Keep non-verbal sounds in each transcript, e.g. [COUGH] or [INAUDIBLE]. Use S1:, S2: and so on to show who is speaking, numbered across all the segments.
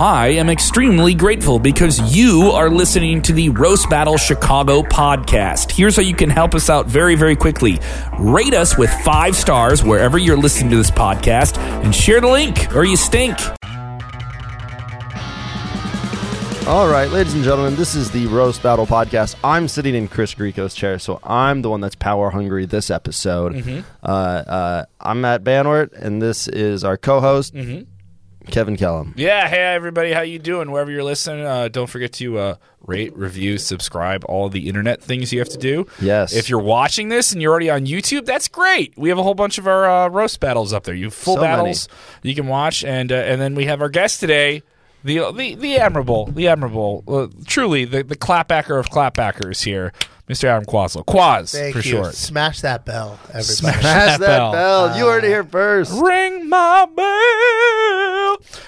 S1: I am extremely grateful because you are listening to the Roast Battle Chicago podcast. Here's how you can help us out very, very quickly. Rate us with five stars wherever you're listening to this podcast and share the link or you stink.
S2: All right, ladies and gentlemen, this is the Roast Battle Podcast. I'm sitting in Chris Grieco's chair, so I'm the one that's power hungry this episode.
S1: Mm-hmm.
S2: Uh, uh, I'm Matt Banwart, and this is our co host,
S1: Mm-hmm. [LAUGHS]
S2: Kevin Kellum.
S1: Yeah, hey everybody, how you doing? Wherever you're listening, uh, don't forget to uh, rate, review, subscribe, all the internet things you have to do.
S2: Yes.
S1: If you're watching this and you're already on YouTube, that's great. We have a whole bunch of our uh, roast battles up there. You have full
S2: So
S1: battles you can watch, and uh, and then we have our guest today, the the the admirable, the admirable, uh, truly the the clapbacker of clapbackers here, Mr. Adam Quaslow, Quaz
S3: Thank
S1: for
S3: you.
S1: short.
S3: Smash that bell, everybody.
S2: Pass
S1: That
S2: that,
S1: bell. Uh,
S2: bell. you heard it here first.
S1: [LAUGHS] Ring my bell.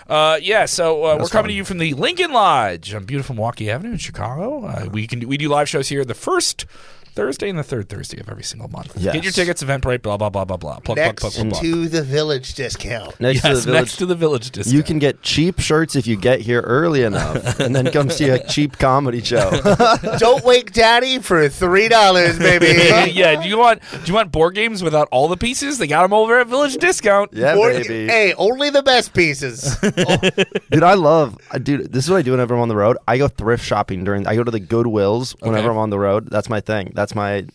S1: Uh, yeah, so uh, we're coming
S2: fun.
S1: to you from the Lincoln Lodge on beautiful Milwaukee Avenue in Chicago. Uh, we can do, we do live shows here the first Thursday and the third Thursday of every single month. Get
S2: Yes.
S1: your tickets, Eventbrite, blah blah blah blah blah. Plug plug
S3: Next
S1: plug plug. plug.
S3: to the village discount.
S2: Next
S1: [LAUGHS]
S2: to the
S1: yes,
S2: village.
S1: next to the village discount.
S2: you can get cheap shirts if you get here early enough and then come
S1: [LAUGHS]
S2: see a cheap comedy show. [LAUGHS]
S3: Don't wake daddy for three dollars,
S1: yeah, [LAUGHS]
S2: [LAUGHS]
S3: baby.
S1: yeah, do you want do you want board games without all the pieces? They got them over at Village Discount.
S2: yeah,
S3: Or-
S2: baby.
S3: Hey, only the best pieces.
S2: Dude, I love, I- dude. This is what I do whenever I'm on the road. I go thrift shopping during. I go to the Goodwills
S1: Okay.
S2: whenever I'm on the road. That's my thing. That's my.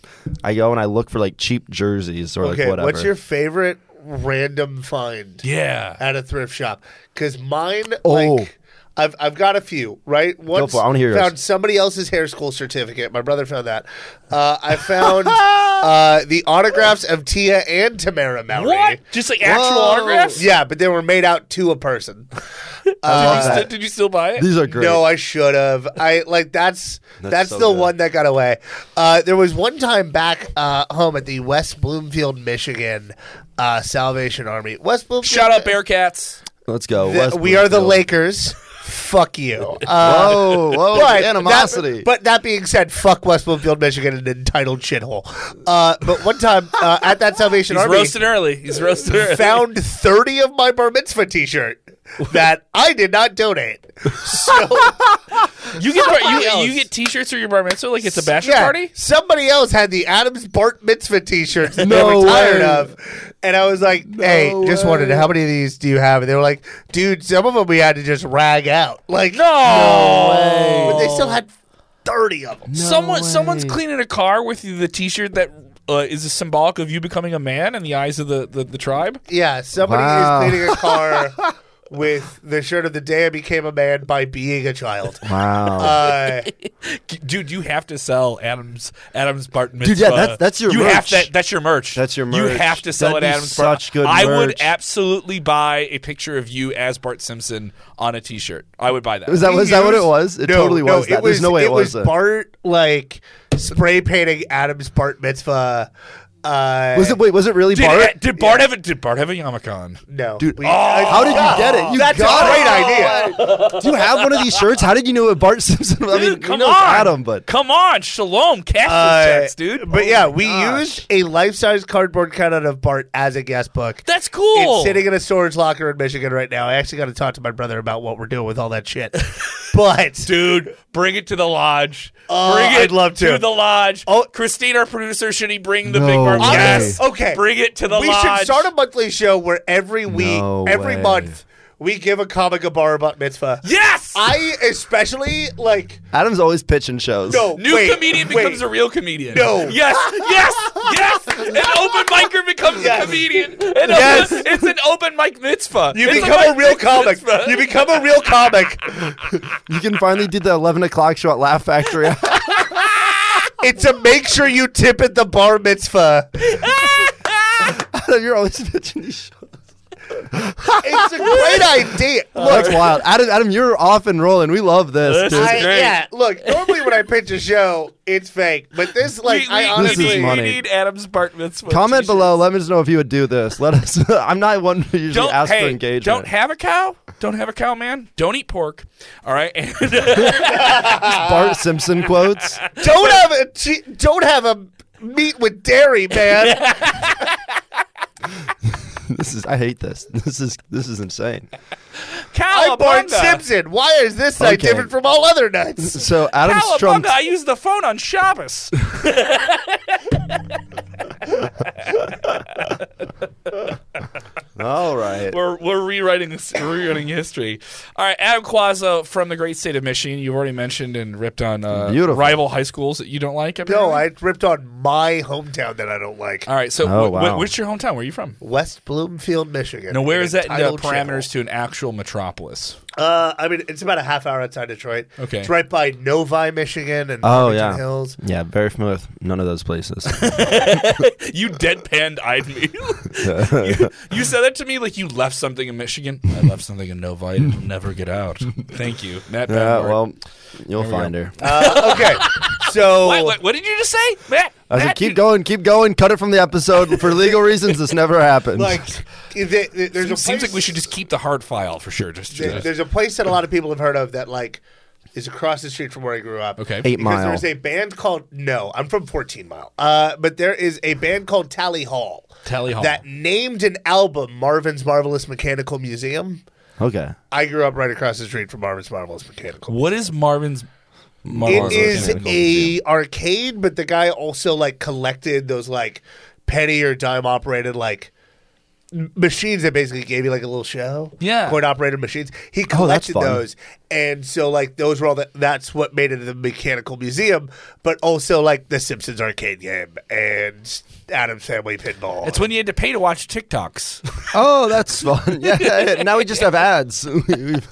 S2: I go and I look for like cheap jerseys or like
S3: okay,
S2: whatever.
S3: what's your favorite random find
S1: Yeah.
S3: at a thrift shop? Because mine,
S2: Oh.
S3: like, I've I've got a few. Right, once
S2: for it. I wanna hear yours.
S3: found somebody else's hair school certificate. My brother found that. Uh,
S2: [LAUGHS]
S3: I found uh, the autographs of Tia and Tamara Mowry.
S1: What? Just like actual
S2: Whoa.
S1: autographs?
S3: Yeah, but they were made out to a person.
S1: Did you,
S2: that.
S1: st- did you still buy it?
S2: These are great.
S3: No, I should have. I like that's that's,
S2: so
S3: the
S2: good.
S3: one that got away. Uh, there was one time back uh, home at the West Bloomfield, Michigan uh, Salvation Army. West Bloomfield.
S1: Shut up, Bearcats.
S2: Let's go.
S3: The-
S2: West
S3: we are the
S2: Bloomfield. [LAUGHS]
S3: Lakers. fuck you. [LAUGHS] Uh,
S2: Whoa, Oh, whoa,
S3: but
S2: animosity.
S3: That, but that being said, fuck West Bloomfield, Michigan, an entitled shithole. Uh, but one time uh, at that Salvation
S1: He's
S3: Army,
S1: roasted early. He's
S2: [LAUGHS]
S1: roasted early.
S3: found 30 of my bar mitzvah t-shirt that I did not donate. So
S1: You get bar-
S3: Somebody
S1: you,
S3: else.
S1: you get t-shirts for your bar mitzvah like it's a bachelor
S3: yeah,
S1: party.
S3: somebody else had the Adams Bart mitzvah t-shirts that
S2: No
S3: they were tired
S2: way.
S3: of. And I was like, hey, just wondered how many of these do you have? And they were like, dude, some of them we had to just rag out. Like
S1: No,
S3: But they still had 30 of them.
S1: Someone someone's cleaning a car with the t-shirt that uh, is symbolic of you becoming a man in the eyes of the the, the tribe.
S3: Yeah, somebody
S2: Wow. [LAUGHS]
S3: is cleaning a car with the shirt of the day I became a man by being a child.
S2: Wow.
S3: Uh,
S1: Dude, you have to sell Adams Adams Bart Mitzvah.
S2: Dude, yeah, that's- that's your
S1: you Have
S2: merch.
S1: that, that's your merch.
S2: That's your
S1: You
S2: merch.
S1: have to sell
S2: That'd
S1: it
S2: be
S1: Adams Bart.
S2: such good
S1: I would
S2: merch.
S1: absolutely buy a picture of you as Bart Simpson on a t-shirt. I would buy that.
S2: was [LAUGHS] that
S3: we
S2: was that what it
S3: used-
S2: was? It
S3: no,
S2: totally
S3: no,
S2: was. that. There's no way it,
S3: was.
S2: wasn't.
S3: Bart like spray painting Adam's Bart mitzvah. Uh,
S2: was it? Wait, was it really
S1: did,
S3: [LAUGHS]
S2: Bart?
S1: did Bart have a did Bart have a yarmulke on?
S3: No,
S2: Dude,
S3: We-
S2: How did you get it? You
S3: That's a
S2: got
S3: great
S2: it. idea. Do you have one of these shirts? How did you know it Bart Simpson? I mean,
S1: Dude,
S2: we
S1: come
S2: know it's
S1: on,
S2: Adam, but
S1: come on, Shalom, cash
S3: Uh,
S1: those checks, dude. Oh
S3: But yeah, we
S2: gosh.
S3: used a life-size cardboard cutout of Bart as a guest book.
S1: that's cool.
S3: It's sitting in a storage locker in Michigan right now. I actually got to talk to my brother about what we're doing with all that shit. But
S1: Dude, bring it to the lodge.
S3: Oh,
S1: bring it
S3: I'd love to.
S1: the lodge.
S3: Oh.
S1: Christine, our producer, should he bring the
S2: No
S1: big bar?
S2: way.
S1: Yes.
S3: Okay.
S1: Bring it to the
S3: we
S1: lodge.
S3: should start a monthly show where every week,
S2: No
S3: every
S2: way.
S3: month, we give a comic a bar about mitzvah.
S1: yes.
S3: I especially like
S2: Adam's always pitching shows.
S3: no
S1: New
S3: wait,
S1: comedian
S3: wait.
S1: becomes a real comedian.
S3: No.
S1: Yes. Yes. Yes. An open micer becomes a comedian. An open-
S3: Yes.
S1: it's an open mic mitzvah.
S3: You
S1: It's
S3: become a
S1: mic
S3: real comic.
S1: mitzvah.
S3: You become a real comic.
S2: you can finally do the 11 o'clock show at Laugh Factory. [LAUGHS]
S3: It's a make sure you tip at the bar mitzvah.
S2: Adam, you're always pitching these shows.
S3: It's a [LAUGHS] great idea. Look,
S2: That's wild. Adam, Adam, you're off and rolling. We love this,
S1: This
S2: dude.
S1: is
S3: I,
S1: great.
S3: yeah, [LAUGHS] look. Normally when I pitch a show, it's fake, but this,
S1: We-
S3: like,
S1: we-
S3: I
S1: we
S2: This is
S3: honestly,
S1: need,
S2: money.
S1: We need Adam's bar mitzvah.
S2: Comment
S1: t-shirt.
S2: below. Let us know if you would do this. Let us. [LAUGHS] I'm not one who usually
S1: Don't
S2: asks for
S1: hey,
S2: engagement.
S1: don't have a cow. Don't have a cow, man. Don't eat pork. All right. [LAUGHS] And, Ah.
S2: Bart
S1: [LAUGHS]
S2: Simpson quotes.
S3: don't have [LAUGHS] a che- don't have a meat with dairy, man.
S2: [LAUGHS] This is. I hate this. This is. This is insane.
S3: I
S1: Cowabunga.
S3: bought Simpson. Why is this night
S2: Okay.
S3: different from all other nights?
S2: [LAUGHS] So Adam Strum.
S1: Cowabunga. I used the phone on Shabbos.
S2: All right.
S1: [LAUGHS] we're we're rewriting this, rewriting history. All right, Adam Quazzo from the great state of Michigan. You've already mentioned and ripped on uh,
S2: Beautiful.
S1: rival high schools that you don't like.
S3: No,
S1: apparently?
S3: I ripped on my hometown that I don't like.
S1: All right, so
S2: Oh,
S1: wh- wh-
S2: wow.
S1: which your hometown? Where are you from?
S3: West Bloomfield, Michigan.
S1: Now, where is that in the
S3: Title
S1: parameters to an actual metropolis?
S3: Channel. Uh, I mean, it's about a half hour outside Detroit.
S1: Okay.
S3: It's right by Novi, Michigan, and
S2: Oh
S3: Farmington
S2: yeah. [LAUGHS]
S3: Hills.
S2: Yeah, very familiar with none of
S1: [LAUGHS]
S2: those places. Uh,
S1: You deadpanned eyed
S2: [LAUGHS]
S1: me. [LAUGHS] you, you said that to me like you left something in Michigan. I left something in Novi. It'll never get out. Thank you, Matt.
S2: yeah,
S1: Bangor.
S2: well, you'll find her.
S3: Uh, okay, so
S1: Wait, what, what did you just say, Matt?
S2: I said,
S1: Matt,
S2: keep
S1: you-
S2: going, keep going. Cut it from the episode for legal reasons. This never happens.
S3: like, if it- it- there's a
S1: Seems, seems
S3: place-
S1: like we should just keep the hard file for sure. Just,
S3: there-
S1: just-
S3: there's a place that a lot of people have heard of that like is across the street from where I grew up.
S1: okay.
S2: Eight
S3: Because
S2: Mile.
S3: there's a band called No, I'm from 14 Mile. Uh, but there is a band called Tally Hall.
S1: Tally Hall.
S3: That named an album Marvin's Marvelous Mechanical Museum.
S2: okay.
S3: I grew up right across the street from Marvin's Marvelous Mechanical.
S1: What is Marvin's?
S3: It
S1: Marvin's
S3: is
S1: Mechanical
S3: a
S1: Museum?
S3: arcade, but the guy also like collected those like penny or dime operated like m- machines that basically gave you like a little show.
S1: Yeah.
S3: coin operated machines. He
S2: Oh, that's
S3: collected
S2: fun.
S3: those, and so like those were all the, that's what made it the mechanical museum, but also like the Simpsons arcade game and Adam's Family Pinball.
S1: It's when you had to pay to watch TikToks. [LAUGHS]
S2: Oh, that's fun. [LAUGHS] Yeah, yeah. Now we just have [LAUGHS] ads. Dude,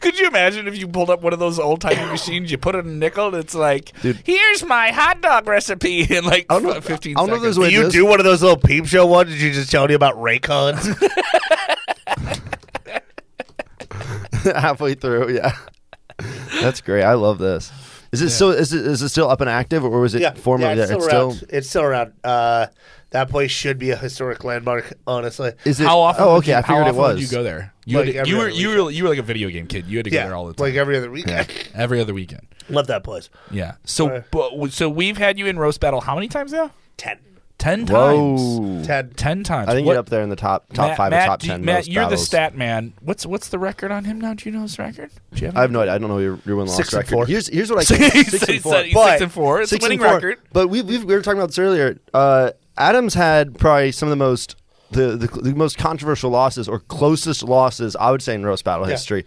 S1: Could you imagine if you pulled up one of those old
S2: [LAUGHS]
S1: timey machines, you put in a nickel, and it's like, here's my hot dog recipe [LAUGHS] in like
S2: don't know-
S1: f- 15
S2: I don't know if
S1: seconds.
S2: there's
S3: do
S2: way-
S3: you
S2: this-
S3: do one of those little peep show ones? Did you just tell me about Raycons?
S2: [LAUGHS] halfway through. Yeah, that's great. I love this. Is it still? Is it, is it still up and active, or was it formerly?
S3: it's,
S2: there?
S3: still around. it's still around. Uh, that place should be a historic landmark, honestly.
S2: Is it?
S1: how often?
S2: Oh,
S1: would
S2: okay.
S1: you-
S2: I figured
S1: how
S2: it
S1: often would
S2: was.
S1: you go there? You,
S3: Like
S1: had to-
S3: every
S1: you were
S3: other
S1: you were you were like a video game kid. You had to go
S3: yeah,
S1: there all the time,
S3: like every other weekend.
S1: [LAUGHS] every other weekend.
S3: [LAUGHS] Love that place.
S1: Yeah. So but, so we've had you in roast battle how many times now?
S3: Ten.
S1: Ten times.
S2: Whoa.
S3: Ten.
S1: Ten times.
S2: I think
S1: What-
S2: you're up there in the top top
S1: Matt-
S2: five
S1: Matt,
S2: or top
S1: do you-
S2: ten.
S1: Matt,
S2: most
S1: you're
S2: battles.
S1: the stat man. What's what's the record on him now? Do you know his record? Do you [LAUGHS] have
S2: I have no idea. I don't know your, your win loss
S3: Six and
S2: record.
S3: four.
S2: Here's here's
S1: [LAUGHS]
S2: what I
S1: So
S2: can
S1: he
S2: six
S1: said-
S2: and
S1: he
S2: four.
S1: said he's
S3: But-
S1: six and four. It's a
S2: Six and
S1: winning
S2: four.
S1: record.
S2: But we, we we were talking about this earlier. Uh, Adams had probably some of the most the, the the most controversial losses or closest losses I would say in roast battle history.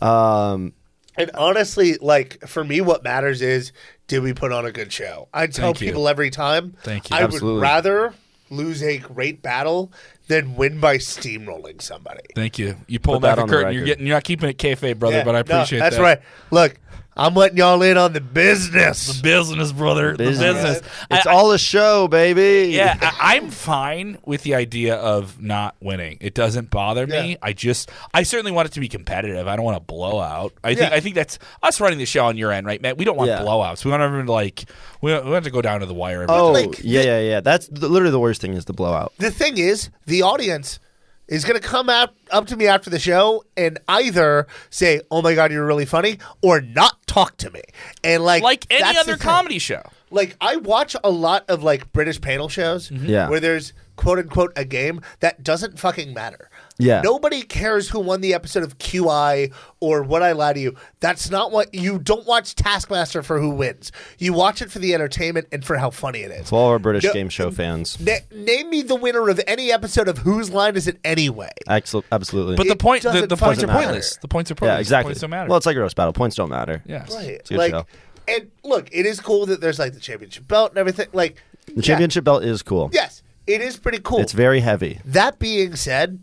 S2: Um,
S3: And honestly, like for me, what matters is did we put on a good show? I tell
S1: Thank you.
S3: people every time.
S1: Thank you.
S3: I
S2: Absolutely.
S3: would rather lose a great battle than win by steamrolling somebody.
S1: Thank you. You pulled back
S2: that
S1: the
S2: on the
S1: curtain. you're
S2: record.
S1: getting. You're not keeping it kayfabe, brother.
S3: Yeah,
S1: but I
S3: no,
S1: appreciate
S3: That's
S1: that.
S3: right. Look, I'm letting y'all in on the business.
S1: Business, brother. The business.
S2: It's
S1: I-
S2: all a show, baby.
S1: yeah, I, I'm fine with the idea of not winning. It doesn't bother me.
S3: Yeah.
S1: I just, I certainly want it to be competitive. I don't want a blowout. I think,
S3: Yeah.
S1: I think that's us running the show on your end, right, Matt? We don't want
S2: Yeah.
S1: blowouts. We want everyone to like, we want, we want to go down to the wire. Every
S2: Oh,
S1: time.
S3: Like-
S2: yeah, yeah, yeah. That's the, literally the worst thing is the blowout.
S3: the thing is, the audience is going to come out up to me after the show and either say, "Oh my god, you're really funny," or not talk to me. And like
S1: like any
S3: that's
S1: other
S3: the thing.
S1: comedy show.
S3: Like I watch a lot of like British panel shows
S1: Mm-hmm.
S2: Yeah.
S3: where there's quote unquote a game that doesn't fucking matter.
S2: Yeah.
S3: Nobody cares who won the episode of QI or What I Lie to You. That's not what you don't watch Taskmaster for who wins. You watch it for the entertainment and for how funny it is.
S2: To all our British
S3: No.
S2: game show fans,
S3: Na- name me the winner of any episode of Whose Line Is It Anyway?
S2: Excellent, absolutely.
S1: But the
S3: It
S1: point, the,
S3: doesn't
S1: the points are
S3: fucking matter.
S1: pointless. The points are pointless.
S2: yeah, exactly.
S1: The points don't matter.
S2: Well, it's like a roast battle. Points don't matter.
S1: yes.
S3: Right.
S2: a good
S3: Like,
S2: show.
S3: and look, it is cool that there's like the championship belt and everything. Like
S2: The championship belt is cool.
S3: Yes, it is pretty
S1: Oh.
S3: cool.
S2: It's very heavy.
S3: that being said,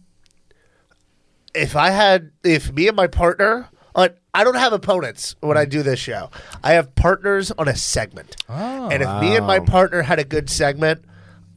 S3: if I had, if me and my partner, on, I don't have opponents when I do this show. I have partners on a segment,
S1: Oh.
S3: and if me and my partner had a good segment,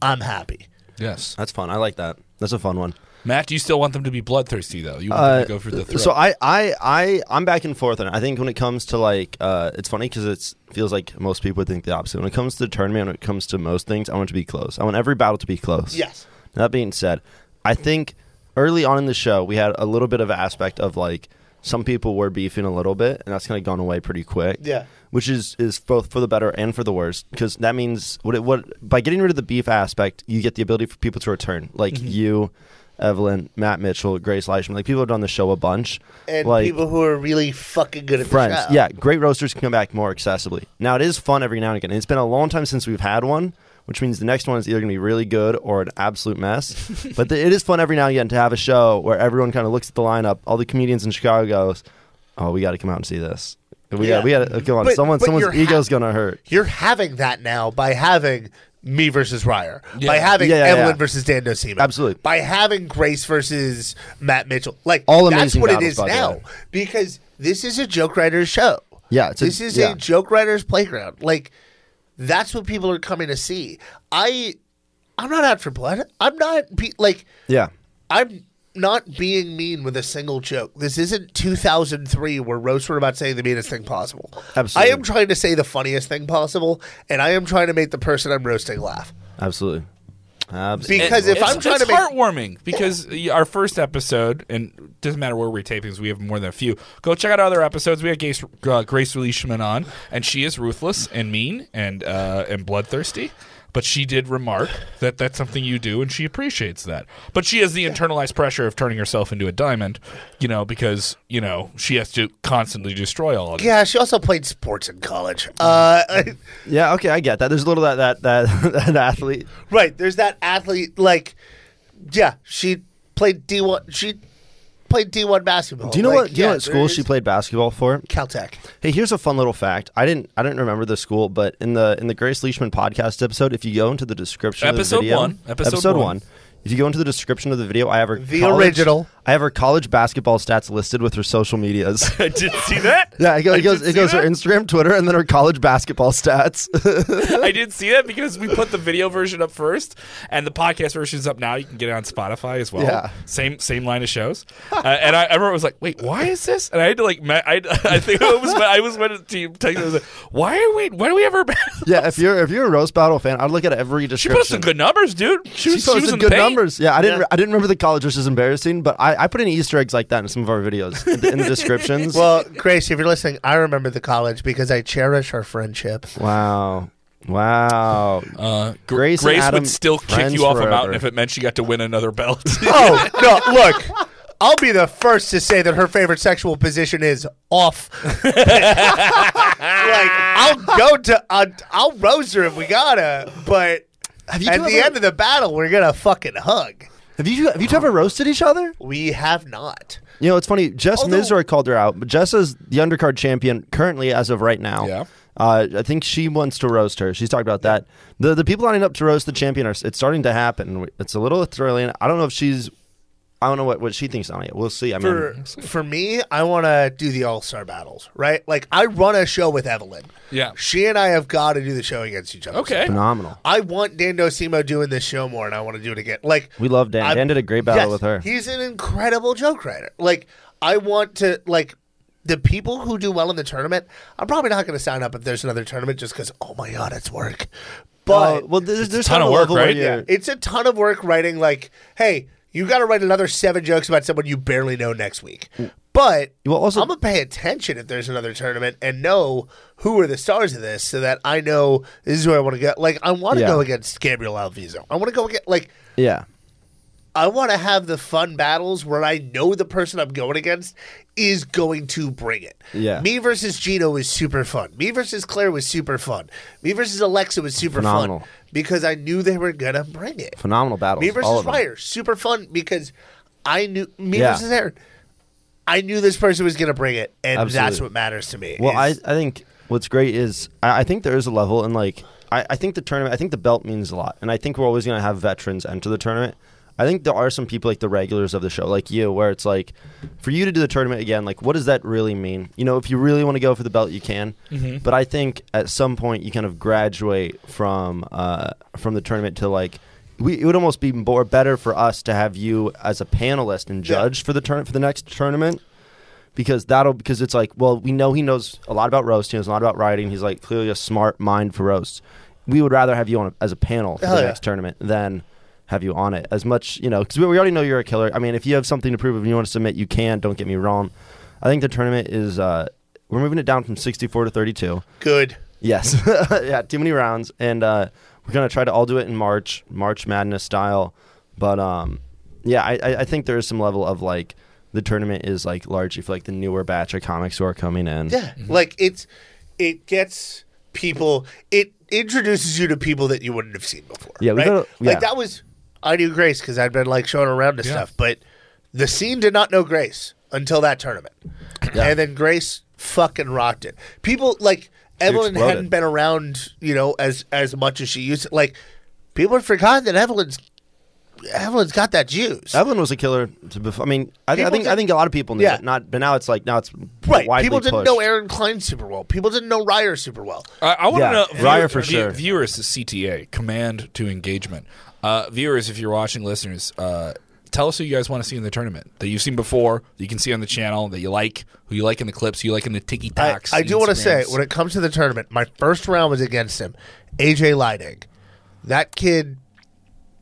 S3: I'm happy.
S1: Yes.
S2: That's fun. I like that. That's a fun one. Uh,
S1: Matt, do you still want them to be bloodthirsty though? You want
S3: Uh,
S1: them to go for the throat.
S2: So I, I, I, I'm back and forth, and I think when it comes to like, uh, it's funny because it feels like most people would think the opposite. When it comes to tournament, when it comes to most things, I want it to be close. I want every battle to be close.
S3: Yes.
S2: That being said, I think early on in the show we had a little bit of aspect of like some people were beefing a little bit, and that's kind of gone away pretty quick.
S3: Yeah.
S2: Which is is both for the better and for the worse because that
S3: Mm-hmm.
S2: means what it, what by getting rid of the beef aspect, you get the ability for people to return. Like you, Evelyn, Matt Mitchell, Grace Leishman. Like people have done the show a bunch.
S3: and
S2: like,
S3: people who are really fucking good at
S2: friends.
S3: the show.
S2: Yeah, great roasters can come back more accessibly. Now it is fun every now and again. It's been a long time since we've had one, which means the next one is either going to be really good or an absolute
S3: [LAUGHS]
S2: mess. but the, it is fun every now and again to have a show where everyone kind of looks at the lineup. All the comedians in Chicago goes, "Oh, we got to come out and see this. We
S3: Yeah.
S2: got, we got to go on.
S3: But-
S2: someone,
S3: but
S2: someone's
S3: you're ha-
S2: ego's going to hurt."
S3: You're having that now by having me versus Ryer, by having
S2: Yeah, yeah,
S3: Evelyn
S2: yeah.
S3: versus Dan Nocima,
S2: Absolutely.
S3: by having Grace versus Matt Mitchell. Like
S2: All
S3: that's
S2: amazing
S3: what it
S2: battles,
S3: is
S2: by the
S3: now
S2: way.
S3: because this is a joke writer's show.
S2: Yeah, it's a-
S3: this is
S2: yeah.
S3: a joke writer's playground. Like that's what people are coming to see. I, I'm not out for blood. I'm not be, like
S2: Yeah,
S3: I'm not being mean with a single joke. This isn't 2003 where roasts were about saying the meanest thing possible.
S2: Absolutely.
S3: I am trying to say the funniest thing possible, and I am trying to make the person I'm roasting laugh.
S2: absolutely. Absolutely.
S3: Because if
S4: it's,
S3: I'm trying
S4: it's
S3: to make
S4: heartwarming because our first episode, and it doesn't matter where we tape because we have more than a few. Go check out our other episodes. We had Grace, uh, Grace Leishman on, and she is ruthless and mean and uh, and bloodthirsty. But she did remark that that's something you do, and she appreciates that. But she has the internalized pressure of turning herself into a diamond, you know, because you know she has to constantly destroy all of it.
S3: yeah, she also played sports in college. Uh, [LAUGHS]
S2: yeah, okay, I get that. There's a little of that that that, [LAUGHS] that athlete.
S3: right, there's that athlete. Like, yeah, she played D one. She played D one basketball.
S2: Do you know
S3: Like,
S2: what? Do you
S3: yeah,
S2: know what school
S3: there
S2: she
S3: is-
S2: played basketball for?
S3: Caltech.
S2: Hey, here's a fun little fact. I didn't I didn't remember the school, but in the in the Grace Leishman podcast episode, if you go into the description
S4: Episode
S2: of the video,
S4: one. Episode one.
S2: if you go into the description of the video, I have her
S3: The
S2: college-
S3: original.
S2: I have her college basketball stats listed with her social
S3: [LAUGHS]
S2: medias.
S4: I [LAUGHS] did see that.
S2: yeah, it goes it goes,
S4: did
S2: it
S4: see
S2: goes her
S4: that.
S2: Instagram, Twitter, and then her college basketball stats. [LAUGHS]
S4: I did see that because we put the video version up first, and the podcast version is up now. You can get it on Spotify as well.
S2: Yeah.
S4: Same same line of shows. Uh, and I, I remember I was like, "Wait, why is this?" And I had to like, me- I, [LAUGHS] I think I was I was when team text. I was like, "Why are we? Why do we ever?"
S2: yeah, if you're if you're a roast battle fan, I'd look at
S4: [LAUGHS]
S2: every
S4: she put up
S2: description.
S4: some good numbers, dude. She was,
S2: she posted
S4: was in the
S2: good
S4: paint.
S2: numbers. Yeah, I didn't.
S3: Yeah.
S2: re- I didn't remember the college, which is embarrassing. But I, I put in Easter eggs like that in some of our videos in the,
S4: [LAUGHS]
S2: in the descriptions.
S3: Well, Uh, Grace, if you're listening, I remember the college because I cherish our friendship.
S2: wow, wow.
S4: Uh, Gr-
S2: Grace
S4: Grace,
S2: and Adam,
S4: would still kick
S2: friends
S4: you off
S2: forever.
S4: a mountain if it meant she got to win another belt. [LAUGHS]
S3: Oh no! Look, I'll be the first to say that her favorite sexual position is off. [LAUGHS] like I'll go to I'll, I'll rose her if we gotta, but
S2: Have you
S3: at
S2: two
S3: the
S2: ever-
S3: end of the battle, we're gonna fucking hug.
S2: Have you have you two ever roasted each other?
S3: We have not.
S2: You know, it's funny. Jess
S3: Although-
S2: Mizor called her out, but Jess is the undercard champion currently as of right now.
S4: Yeah.
S2: Uh, I think she wants to roast her. She's talked about that. The the people lining up to roast the champion are it's starting to happen. It's a little thrilling. I don't know if she's I don't know what, what she thinks on it. We'll see. I mean,
S3: For for me, I want to do the all star battles, right? Like I run a show with Evelyn.
S4: Yeah.
S3: she and I have got to do the show against each other.
S4: okay.
S2: phenomenal.
S3: I want Dan Docimo doing this show more, and I want to do it again. Like
S2: We love Dan.
S3: I'm-
S2: Dan did a great battle
S3: Yes,
S2: with her.
S3: He's an incredible joke writer. Like I want to like the people who do well in the tournament. I'm probably not going to sign up if there's another tournament just because. Oh my god, it's work. But
S2: Oh, well, there's, there's
S4: ton
S2: some
S4: of work,
S2: level where
S4: right?
S2: you're-
S3: it's a ton of work writing. Like, hey, you got to write another seven jokes about someone you barely know next week. But
S2: Well, Mm. also-
S3: I'm gonna pay attention if there's another tournament and know who are the stars of this, so that I know this is where I want to go. Like, I want to
S2: Yeah.
S3: go against Gabriel Alviso. I want to go against like
S2: Yeah.
S3: I want to have the fun battles where I know the person I'm going against is going to bring it.
S2: Yeah.
S3: Me versus Gino was super fun. Me versus Claire was super fun. Me versus Alexa was super
S2: Phenomenal.
S3: fun because I knew they were gonna bring it.
S2: Phenomenal battles.
S3: Me
S2: all
S3: versus
S2: of them.
S3: Ryer, super fun because I knew me
S2: Yeah.
S3: versus Aaron. I knew this person was gonna bring it, and that's
S2: Absolutely.
S3: what matters to me.
S2: Well, I,
S3: is-
S2: I think what's great is I, I think there is a level, and like I, I think the tournament, I think the belt means a lot, and I think we're always going to have veterans enter the tournament. I think there are some people like the regulars of the show, like you, where it's like for you to do the tournament again, like what does that really mean? You know, if you really want to go for the belt, you can.
S3: Mm-hmm.
S2: But I think at some point you kind of graduate from uh, from the tournament to like. We, it would almost be more better for us to have you as a panelist and
S3: Yeah.
S2: judge for the turn for the next tournament because that'll because it's like well we know he knows a lot about roast he knows a lot about writing he's like clearly a smart mind for roast we would rather have you on a, as a panel for
S3: Hell
S2: the
S3: yeah.
S2: next tournament than have you on it as much you know because we, we already know you're a killer i mean if you have something to prove if you want to submit you can don't get me wrong i think the tournament is uh we're moving it down from 64 to 32
S3: good.
S2: Yes. [LAUGHS] yeah, too many rounds. And uh, we're going to try to all do it in March, March Madness style. But um, yeah, I, I I think there is some level of like the tournament is like largely for like the newer batch of comics who are coming in.
S3: Yeah, like it's it gets people. It introduces you to people that you wouldn't have seen before.
S2: Yeah, we
S3: right?
S2: gotta- yeah.
S3: like that was I knew Grace because I'd been like showing around to stuff, but the scene did not know Grace until that tournament, and then Grace fucking rocked it. People like Evelyn
S2: exploded.
S3: hadn't been around, you know, as as much as she used. to. Like people had forgotten that Evelyn's Evelyn's got that juice.
S2: Evelyn was a killer. To bef- I mean, I, I
S3: People
S2: think I
S3: did-
S2: think a lot of people knew
S3: Yeah.
S2: that. Not, but now it's like now it's
S3: Right,
S2: widely
S3: people didn't
S2: pushed.
S3: know Aaron Klein super well. People didn't know Ryer super well.
S1: I, I want
S2: Yeah,
S1: to know
S2: Ryer for sure.
S1: Viewers is CTA, command to engagement. Uh, viewers, if you're watching, listeners, uh, tell us who you guys want to see in the tournament that you've seen before, that you can see on the channel, that you like, who you like in the clips, who you like in the tiki
S3: I,
S1: tacks.
S3: I do want to say, when it comes to the tournament, my first round was against him, AJ Leidig. That kid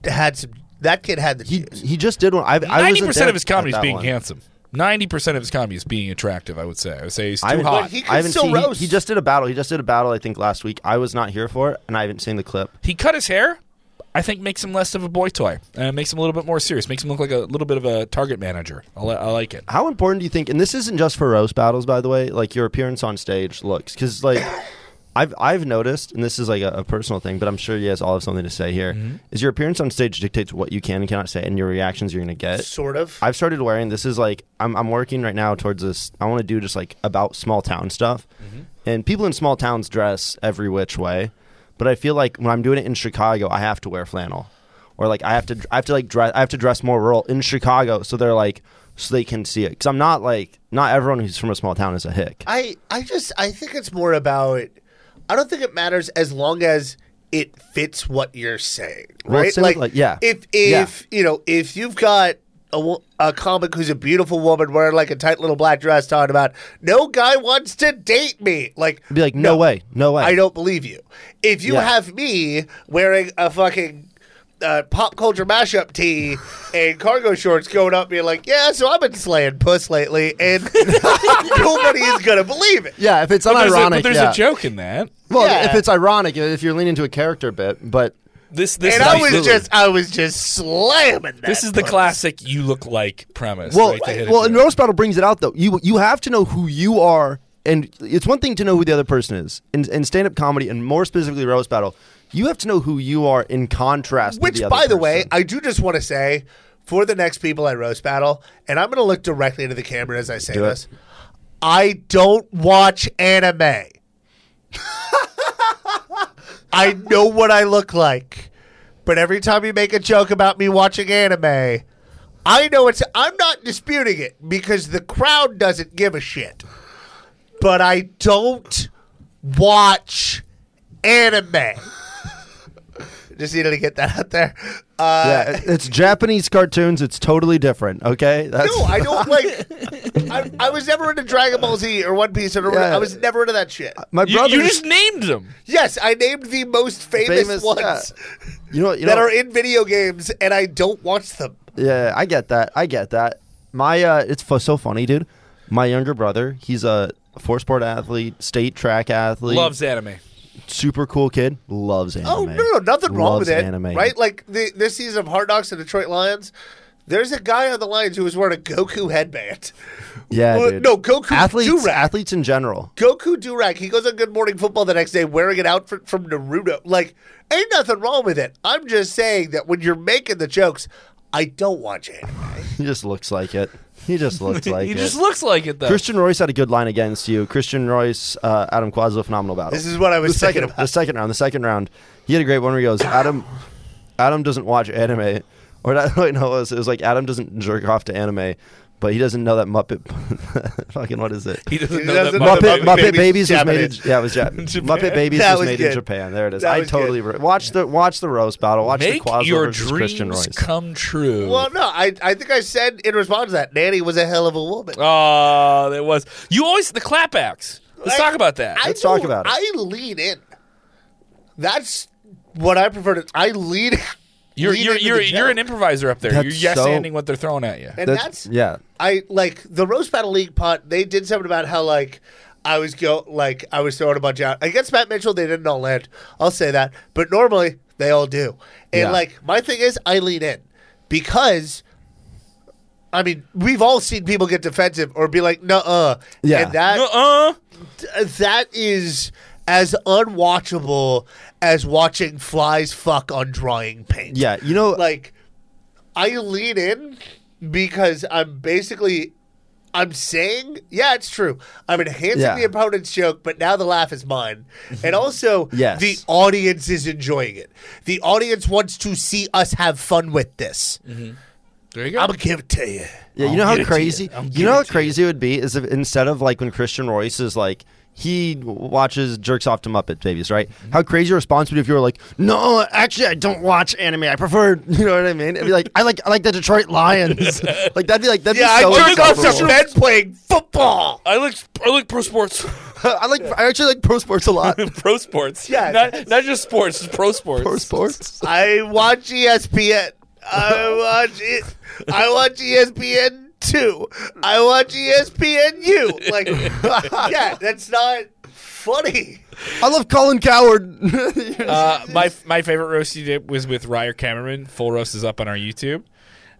S3: had some. That kid had the.
S2: He
S3: juice.
S2: he just did one. I, I
S1: ninety
S2: wasn't
S1: percent
S2: there
S1: of his comedy is
S2: at that
S1: being
S2: one.
S1: handsome. Ninety percent of his comedy is being attractive. I would say. I would say he's too
S2: I haven't-
S1: hot.
S3: But he
S1: He,
S3: could
S2: I haven't
S3: still
S2: seen.
S3: roast.
S2: He, he just did a battle. He just did a battle. I think last week. I was not here for it, and I haven't seen the clip.
S1: cut his hair. I think makes him less of a boy toy. Uh, makes him a little bit more serious. Makes him look like a little bit of a target manager. I, li- I like it.
S2: How important do you think? And this isn't just for roast battles, by the way. Like your appearance on stage looks, because like [COUGHS] I've I've noticed, and this is like a, a personal thing, but I'm sure you guys all have something to say here. Is your appearance on stage dictates what you can and cannot say, and your reactions you're going to get.
S3: sort of.
S2: I've started wearing this is like I'm I'm working right now towards this. I want to do just like about small town stuff, and people in small towns dress every which way, but I feel like when I'm doing it in Chicago, I have to wear flannel, or like I have to I have to like dress I have to dress more rural in Chicago so they're like so they can see it because I'm not like not everyone who's from a small town is a hick.
S3: I I just I think it's more about. I don't think it matters as long as it fits what you're saying,
S2: Well,
S3: right?
S2: it's similar- like, yeah.
S3: If
S2: Yeah.
S3: if you know if you've got. A, wo- a comic who's a beautiful woman wearing like a tight little black dress talking about no guy wants to date me like
S2: Be like no, way, no way.
S3: I don't believe you. If you
S2: Yeah.
S3: have me wearing a fucking uh, pop culture mashup tee and cargo shorts going up, being like, yeah, so I've been slaying puss lately, and [LAUGHS] nobody is going to believe it.
S2: Yeah, if it's
S1: But there's, a,
S2: unironic,
S1: but there's
S2: yeah.
S1: a joke in that.
S2: Well,
S3: Yeah.
S2: if it's ironic, if you're leaning to a character bit, but
S1: This this
S3: and
S1: is
S3: I was
S1: absolutely-
S3: just, I was just slamming that.
S1: This is the
S3: puss.
S1: classic you look like premise.
S2: Well,
S1: right, to hit it
S2: well, and
S1: there.
S2: roast battle brings it out though. You you have to know who you are, and it's one thing to know who the other person is. In, in stand up comedy, and more specifically roast battle, you have to know who you are in contrast.
S3: Which,
S2: to the other
S3: by the way,
S2: person.
S3: I do just want to say for the next people I roast battle, and I'm going to look directly into the camera as I say
S2: it.
S3: this. I don't watch anime. [LAUGHS] I know what I look like, but every time you make a joke about me watching anime, I know it's. I'm not disputing it because the crowd doesn't give a shit. But I don't watch anime. [LAUGHS] Just needed to get that out there. Uh,
S2: yeah, it- it's Japanese cartoons. It's totally different. Okay, that's
S3: No, I don't like. I, I was never into Dragon Ball Z or One Piece or
S2: Yeah.
S3: I was never into that shit.
S2: [LAUGHS] my
S1: you,
S2: brother.
S1: you just named them.
S3: Yes, I named the most famous,
S2: Famous,
S3: ones
S2: yeah. [LAUGHS] you know you
S3: that
S2: know,
S3: are in video games, and I don't watch them.
S2: Yeah, I get that. I get that. My uh, it's f- so funny, dude. My younger brother, he's a four sport athlete, state track athlete,
S1: Loves anime.
S2: super cool kid, loves anime.
S3: Oh no, no, nothing wrong
S2: Loves
S3: with it,
S2: anime.
S3: right? Like the, this season of Hard Knocks and Detroit Lions, there's a guy on the Lions who was wearing a Goku headband.
S2: Yeah,
S3: Well,
S2: dude.
S3: no, Goku
S2: athletes,
S3: do-rag.
S2: athletes in general. [LAUGHS]
S3: Goku Durag, he goes on Good Morning Football the next day wearing an outfit from Naruto. Like, ain't nothing wrong with it. I'm just saying that when you're making the jokes, I don't watch it.
S2: He just looks like it. He
S3: [LAUGHS]
S2: just looks like
S1: he
S2: it.
S1: just looks like it though.
S2: Christian Royce had a good line against you. Christian Royce, uh, Adam Quazzo, phenomenal battle.
S3: This is what I was
S2: the second,
S3: thinking about.
S2: the second round. The second round, he had a great one where he goes, Adam, Adam doesn't watch anime, or not, [LAUGHS] wait, no, it was, it was like Adam doesn't jerk off to anime, but he doesn't know that Muppet, [LAUGHS] fucking what is it?
S1: he doesn't
S3: He
S1: know that.
S3: doesn't know
S1: Muppet-
S2: [LAUGHS] Muppet, Muppet
S3: Muppet
S2: Babies
S3: Babies
S2: was made in,
S3: Japanese.
S2: yeah, it
S3: [LAUGHS]
S2: was Jap- Muppet Babies was,
S3: That was
S2: made in
S3: good.
S2: Japan. There it is.
S3: That
S2: I
S3: was
S2: totally re- watch the watch the roast battle. Watch
S1: Make
S2: the Quazzo
S1: your
S2: versus Christian
S1: dreams
S2: Royce.
S1: come true.
S3: Well, no, I, I think I said in response to that, Nanny was a hell of a woman.
S1: Oh, there was. You always the clapbacks. Let's
S3: I-
S1: talk about that.
S3: I
S2: Let's talk
S3: don't-
S2: about it.
S3: I lean in. That's what I prefer to. I lean.
S1: you're
S3: lean
S1: you're
S3: into
S1: you're,
S3: the
S1: you're
S3: joke.
S1: an improviser up there.
S2: That's
S1: you're yes
S2: so-
S1: anding what they're throwing at you.
S3: and
S2: That's-
S3: that's,
S2: yeah.
S3: I like the roast battle league pot. They did something about how like I was go like I was throwing a bunch out against Matt Mitchell. They didn't all land. I'll say that, but normally they all do. And
S2: Yeah.
S3: like my thing is, I lean in because I mean, we've all seen people get defensive or be like, "Nuh-uh,"
S2: Yeah.
S3: and that
S1: Uh-uh.
S3: that is as unwatchable as watching flies fuck on drying paint.
S2: Yeah, you know,
S3: like I lean in because I'm basically I'm saying, yeah, it's true. I'm enhancing
S2: Yeah. Mm-hmm.
S3: the opponent's joke, but now the laugh is mine. And also
S2: Yes.
S3: the audience is enjoying it. The audience wants to see us have fun with this.
S2: Mm-hmm.
S1: There you go.
S3: I'm gonna give it to you.
S2: Yeah, you
S1: I'll
S2: know
S1: get
S2: how
S1: it to you.
S2: crazy.
S1: I'll
S2: You,
S1: get
S2: know
S1: it
S2: how
S1: to you.
S2: crazy it would be is if instead of like when Christian Royce is like he watches jerks off to Muppet Babies, right?
S1: Mm-hmm.
S2: How crazy your response would be if you were like, "No, actually, I don't watch anime. I prefer," [LAUGHS] you know what I mean? It'd be like, "I like I like the Detroit Lions."
S1: [LAUGHS]
S2: [LAUGHS] like that'd be like that'd
S3: Yeah,
S2: be so
S3: I jerk off to
S2: insufferable.
S3: men playing football.
S1: I like I like pro sports, [LAUGHS]
S2: [LAUGHS] I like I actually like pro sports a lot.
S1: pro sports.
S3: Yeah.
S1: not not just sports, just pro sports.
S2: pro sports.
S1: [LAUGHS]
S3: I watch E ESPN. I watch it. I watch E ESPN two. I watch E ESPNU. Like, [LAUGHS] yeah, that's not funny.
S2: I love Colin Coward. [LAUGHS] You know?
S3: [LAUGHS]
S1: Uh, my my favorite roast you did was with Ryer Cameron. Full roast is up on our YouTube.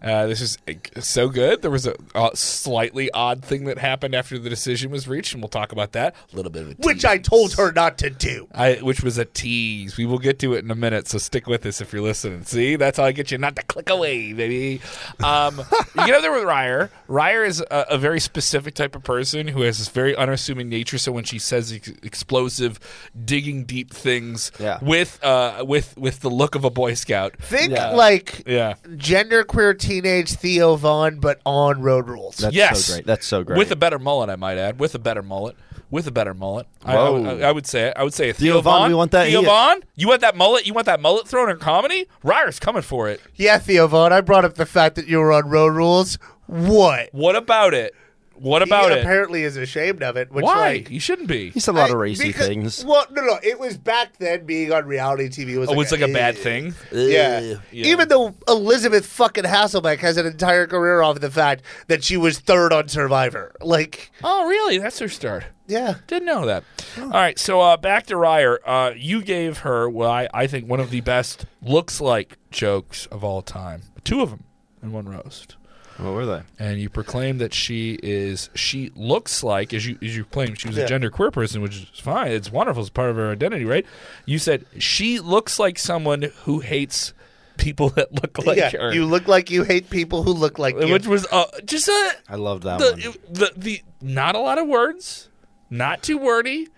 S1: Uh, this is uh, so good. There was a uh, slightly odd thing that happened after the decision was reached, and we'll talk about that a little bit. Of a tease.
S3: Which I told her not to do.
S1: I, which was a tease. We will get to it in a minute, so stick with us if you're listening. See, that's how I get you not to click away, baby.
S2: [LAUGHS]
S1: Um, you get up there with Ryer. Ryer is a, a very specific type of person who has this very unassuming nature. So when she says ex- explosive, digging deep things
S2: Yeah.
S1: with uh, with with the look of a Boy Scout,
S3: Think
S2: Yeah.
S3: like
S1: yeah,
S3: genderqueer teenage Theo Vaughn, but on road rules.
S2: That's
S1: yes.
S2: so great. That's so great.
S1: with a better mullet, I might add, with a better mullet. With a better mullet, I, I,
S2: Whoa.
S1: would- I would say it. I would say it. Theo,
S2: Vaughn, we want that
S1: Theo
S2: heat.
S1: Vaughn, you want that mullet? You want that mullet thrown in comedy? Ryer's coming for it.
S3: yeah, Theo Vaughn, I brought up the fact that you were on road rules. What?
S1: What about it? What about
S3: he
S1: it?
S3: apparently is ashamed of it. Which
S1: Why?
S3: like,
S1: you shouldn't be.
S2: he said a lot of
S3: I-
S2: racy
S3: because-
S2: things.
S3: Well, no, no. It was back then being on reality TV was
S1: Oh,
S3: like
S1: it's like a bad
S3: "Ugh."
S1: thing.
S3: Yeah.
S1: Yeah.
S3: Even though Elizabeth fucking Hasselbeck has an entire career off the fact that she was third on Survivor. Like,
S1: Oh, really? That's her start.
S3: yeah.
S1: Didn't know that.
S3: Oh.
S1: All right, so uh, back to Ryer. Uh, you gave her what I, I think one of the best looks like jokes of all time. Two of them in one roast.
S2: What were they?
S1: and you proclaim that she is she looks like as you as you claim she was
S3: Yeah.
S1: a gender queer person, which is fine. It's wonderful. It's part of her identity, right? You said she looks like someone who hates people [LAUGHS] that look like
S3: yeah.
S1: her,
S3: You look like you hate people who look like you.
S1: which was uh, just a
S2: I loved that one.
S1: the, the the not a lot of words, not too wordy,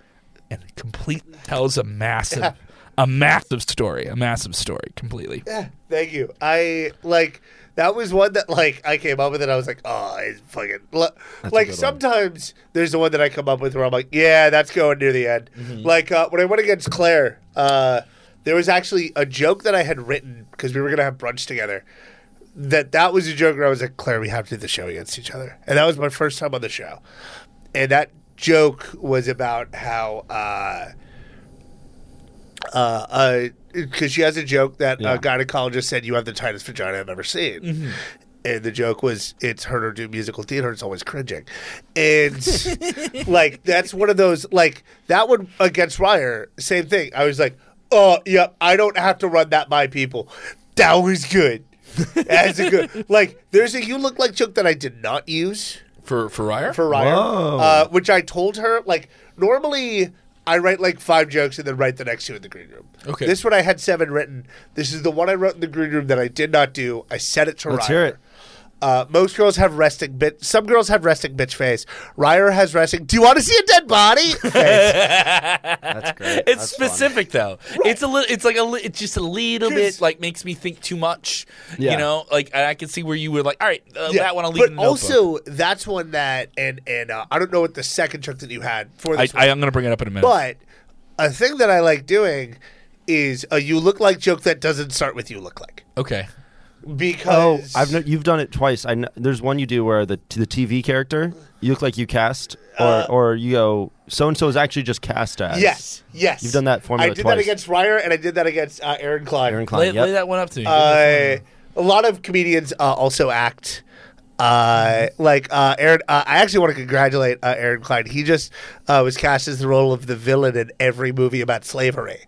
S1: and it completely tells a massive. A massive story, a massive story, completely.
S3: Yeah, thank you. I like that was one that like I came up with and I was like, oh, it's fucking li-
S2: a good
S3: like
S2: one.
S3: sometimes there's the one that I come up with where I'm like, yeah, that's going near the end.
S2: Mm-hmm.
S3: Like uh, when I went against Claire, uh, there was actually a joke that I had written because we were gonna have brunch together. That that was a joke where I was like, Claire, we have to do the show against each other, and that was my first time on the show, and that joke was about how. Uh, because uh, she has a joke that
S2: Yeah.
S3: a gynecologist said you have the tightest vagina I've ever seen. And the joke was, it's her to do musical theater. It's always cringing, and [LAUGHS] like that's one of those like that one against Ryer. Same thing. I was like, oh yeah, I don't have to run that by people. That was good. That's a good. [LAUGHS] Like there's a you look like joke that I did not use
S1: For for Ryer,
S3: for Ryan,
S2: Whoa.
S3: uh, which I told her like normally I write like five jokes and then write the next two in the green room.
S1: Okay.
S3: this one I had seven written. This is the one I wrote in the green room that I did not do. I said it to
S2: Let's
S3: Ryer.
S2: hear it.
S3: Uh, most girls have resting bitch. Some girls have resting bitch face. Ryer has resting. Do you want to see a
S2: [LAUGHS]
S3: dead body? Face.
S2: That's great.
S1: It's
S2: That's fun.
S1: specific though. It's a little. It's like a. li- It's just a little bit like makes me think too much.
S2: Yeah.
S1: You know, like I I can see where you were like, all right, uh,
S3: Yeah,
S1: that one I'll leave.
S3: But
S1: in the notebook.
S3: also, that's one that and and uh, I don't know what the second joke that you had for
S1: I,
S3: this. one.
S1: I, am going to bring it up in a minute.
S3: But a thing that I like doing is a you look like joke that doesn't start with you look like.
S1: okay,
S2: Oh,
S3: Because
S2: I've kn- you've done it twice. I kn- there's one you do where the the TV character you look like you cast or or you go so and so is actually just cast as.
S3: yes, yes.
S2: You've done that formula
S3: I did that
S2: twice.
S3: against Ryer and I did that against uh, Aaron Klein.
S2: Aaron Klein.
S1: lay, [LAUGHS]
S2: yep.
S1: lay that one up to me.
S3: Uh, a lot of comedians uh, also act. Uh, like uh, Aaron, uh, I actually want to congratulate uh, Aaron Klein. He just uh, was cast as the role of the villain in every movie about slavery.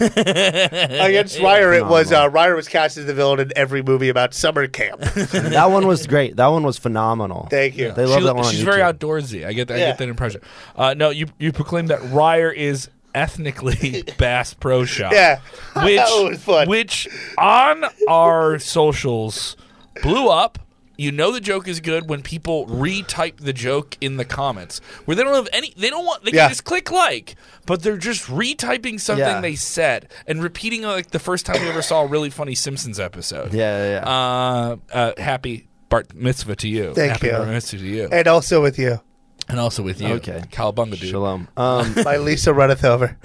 S3: Against Ryer, it was uh, Ryer was cast as the villain in every movie about summer camp.
S2: that one was great. That one was phenomenal.
S3: Thank you.
S2: They love
S1: She-
S2: [LAUGHS] that one. on
S1: She's very
S2: YouTube.
S1: outdoorsy. I get that. I
S3: Yeah.
S1: get that impression. Uh, no, you you proclaim that Ryer is
S3: [LAUGHS]
S1: ethnically Bass Pro Shop.
S3: Yeah. [LAUGHS]
S1: which
S3: That was fun.
S1: which on our socials blew up. You know the joke is good when people retype the joke in the comments where they don't have any. They don't want. They
S3: Yeah.
S1: can just click like, but they're just retyping something
S2: Yeah.
S1: they said and repeating it like the first time they ever saw a really funny Simpsons episode.
S2: Yeah, yeah, yeah.
S1: Uh, uh, happy bar mitzvah to you.
S3: Thank
S1: happy
S3: you.
S1: Bar mitzvah to you.
S3: and also with you
S1: And also with you.
S2: Okay.
S1: Calabunga, dude.
S2: Shalom. Um,
S3: by Lisa Runneth over.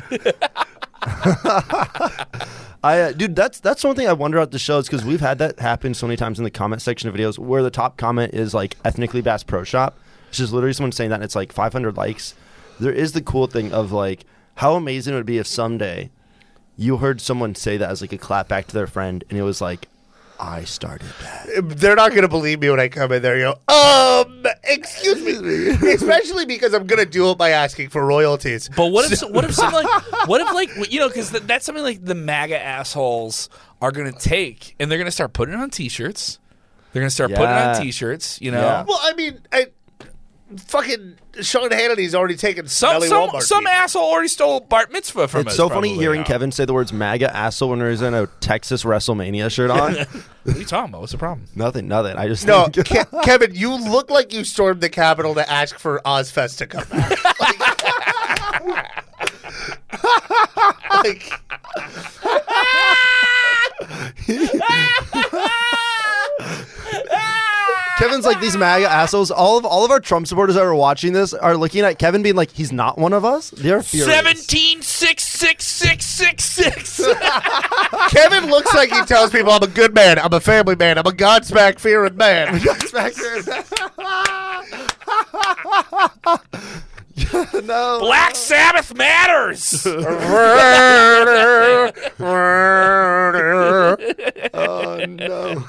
S2: I, uh, dude, that's that's one thing I wonder about the show is because we've had that happen so many times in the comment section of videos where the top comment is like ethnically Bass Pro Shop. It's just literally someone saying that, and it's like 500 likes. There is the cool thing of like how amazing it would be if someday you heard someone say that as like a clap back to their friend, and it was like, I started that.
S3: They're not going to believe me when I come in there. You go, um, excuse
S1: [LAUGHS]
S3: me. Especially because I'm going to do it by asking for royalties.
S1: But what if what if something
S2: [LAUGHS]
S1: like what if like you know because that's something like the MAGA assholes are gonna take and they're gonna start putting it on T-shirts. They're gonna start putting it
S2: Yeah.
S1: on T-shirts. You know,
S2: Yeah.
S3: Well, I mean, I, fucking Sean Hannity's already taken
S1: some
S3: smelly
S1: some,
S3: Walmart
S1: some
S3: people.
S1: asshole already stole Bart Mitzvah from us.
S2: It's so funny
S1: probably
S2: hearing
S1: now.
S2: Kevin say the words MAGA asshole when he's in a Texas WrestleMania shirt on.
S1: What are you talking about? What's the problem?
S2: nothing, nothing. I
S1: [LAUGHS]
S2: just
S3: No,
S2: think-
S3: Ke- Kevin, you look like you stormed the Capitol to ask for Ozfest to come back.
S1: [LAUGHS]
S3: Like- like,
S2: Kevin's like these MAGA assholes. All of all of our Trump supporters that are watching this are looking at Kevin being like, he's not one of us. They're furious.
S1: Seventeen six six six six
S2: [LAUGHS]
S1: six.
S3: Kevin looks like he tells people, "I'm a good man. I'm a family man. I'm a Godsmack
S1: [LAUGHS]
S3: fearing man."
S2: no.
S1: Black Sabbath
S2: [LAUGHS]
S1: matters.
S2: Oh no.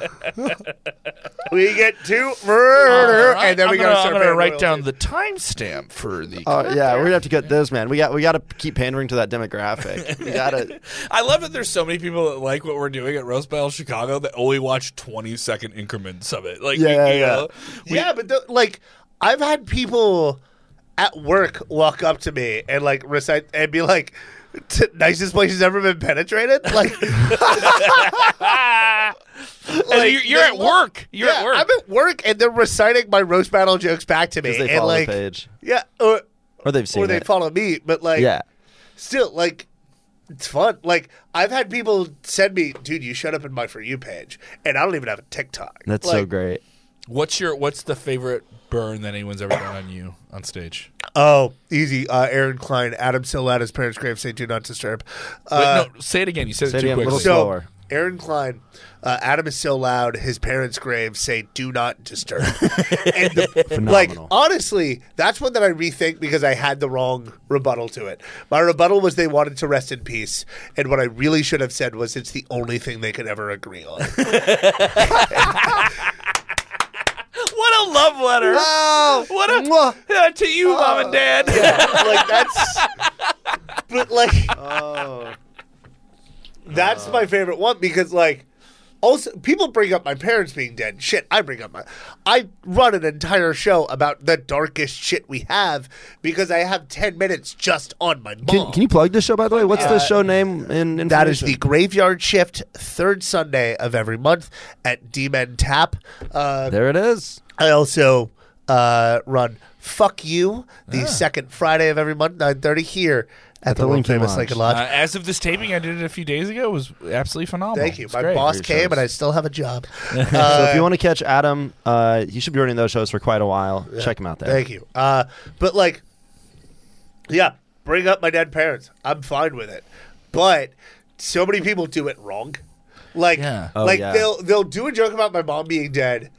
S3: we get two, and then
S1: I'm gonna, I'm
S3: we gotta start
S1: gonna
S3: paying
S1: write down
S3: royalties.
S1: the timestamp for the.
S2: Uh, yeah, we're gonna have to cut this, man. We got we gotta keep pandering to that demographic. We gotta
S1: I love that there's so many people that like what we're doing at Roast Battle Chicago that only watch 20 second increments of it. Like,
S2: Yeah,
S1: you,
S2: yeah.
S1: know,
S3: [LAUGHS]
S1: we-
S3: yeah, but the, like I've had people at work walk up to me and like recite and be like, "T- "Nicest place he's ever been penetrated." Like, Ah!
S1: and you're, you're
S3: they
S1: at
S3: look-
S1: work. You're
S3: yeah,
S1: at work.
S3: I'm at work, and they're reciting my roast battle jokes back to me,
S2: because they
S3: and
S2: follow
S3: like,
S2: the page
S3: yeah, or,
S2: or they've seen
S3: or they
S2: it.
S3: follow me, but like,
S2: yeah.
S3: still like it's fun. Like I've had people send me, dude, you showed up in my for you page, and I don't even have a TikTok.
S2: That's
S3: Like,
S2: so great.
S1: what's your What's the favorite burn that anyone's ever done on you on stage?
S3: Oh, easy. Uh, Aaron Klein, Adam Sillat, at his parents' grave, say do not disturb. Uh,
S1: Wait, no, say it again. You said
S2: say
S1: it
S2: it
S1: too
S2: again,
S1: quickly.
S2: little-
S3: so
S2: Slower.
S3: Aaron Klein, uh, Adam is so loud. His parents' grave say "Do not
S2: [LAUGHS]
S3: disturb." and the, like um,
S2: Phenomenal.
S3: honestly, that's one that I rethink because I had the wrong rebuttal to it. My rebuttal was they wanted to rest in peace, and what I really should have said was it's the only thing they could ever agree
S2: [LAUGHS]
S3: on.
S1: [LAUGHS] what a love letter. What a
S2: Mwah.
S1: Yeah, to you, mom
S3: Uh,
S1: and dad.
S3: like that's but [LAUGHS] like Oh. that's my favorite one because like also people bring up my parents being dead shit i bring up my i run an entire show about the darkest shit we have because i have 10 minutes just on my mom
S2: Can, can you plug this show by the way? What's the show name in, in
S3: that is the graveyard shift third sunday of every month at d-men tap uh,
S2: There it is.
S3: I also uh, run "Fuck You" the second Friday of every month, nine thirty here at, the,
S2: Ah. the
S3: world
S2: Lincoln
S3: famous
S2: Lodge.
S3: Lincoln Lodge.
S1: Uh, as of this taping, I did it a few days ago. It was absolutely phenomenal.
S3: Thank you.
S1: It's
S3: My
S1: great.
S3: boss
S2: Great
S3: came,
S2: shows.
S3: and I still have a job.
S2: [LAUGHS] So
S3: Uh,
S2: if you want to catch Adam, uh, you should be running those shows for quite a while. Check him out there.
S3: Thank you. Uh, but like, yeah, bring up my dead parents. I'm fine with it, but so many people do it wrong. Like,
S1: Yeah.
S2: Oh,
S3: like
S2: yeah.
S3: they'll they'll do a joke about my mom being dead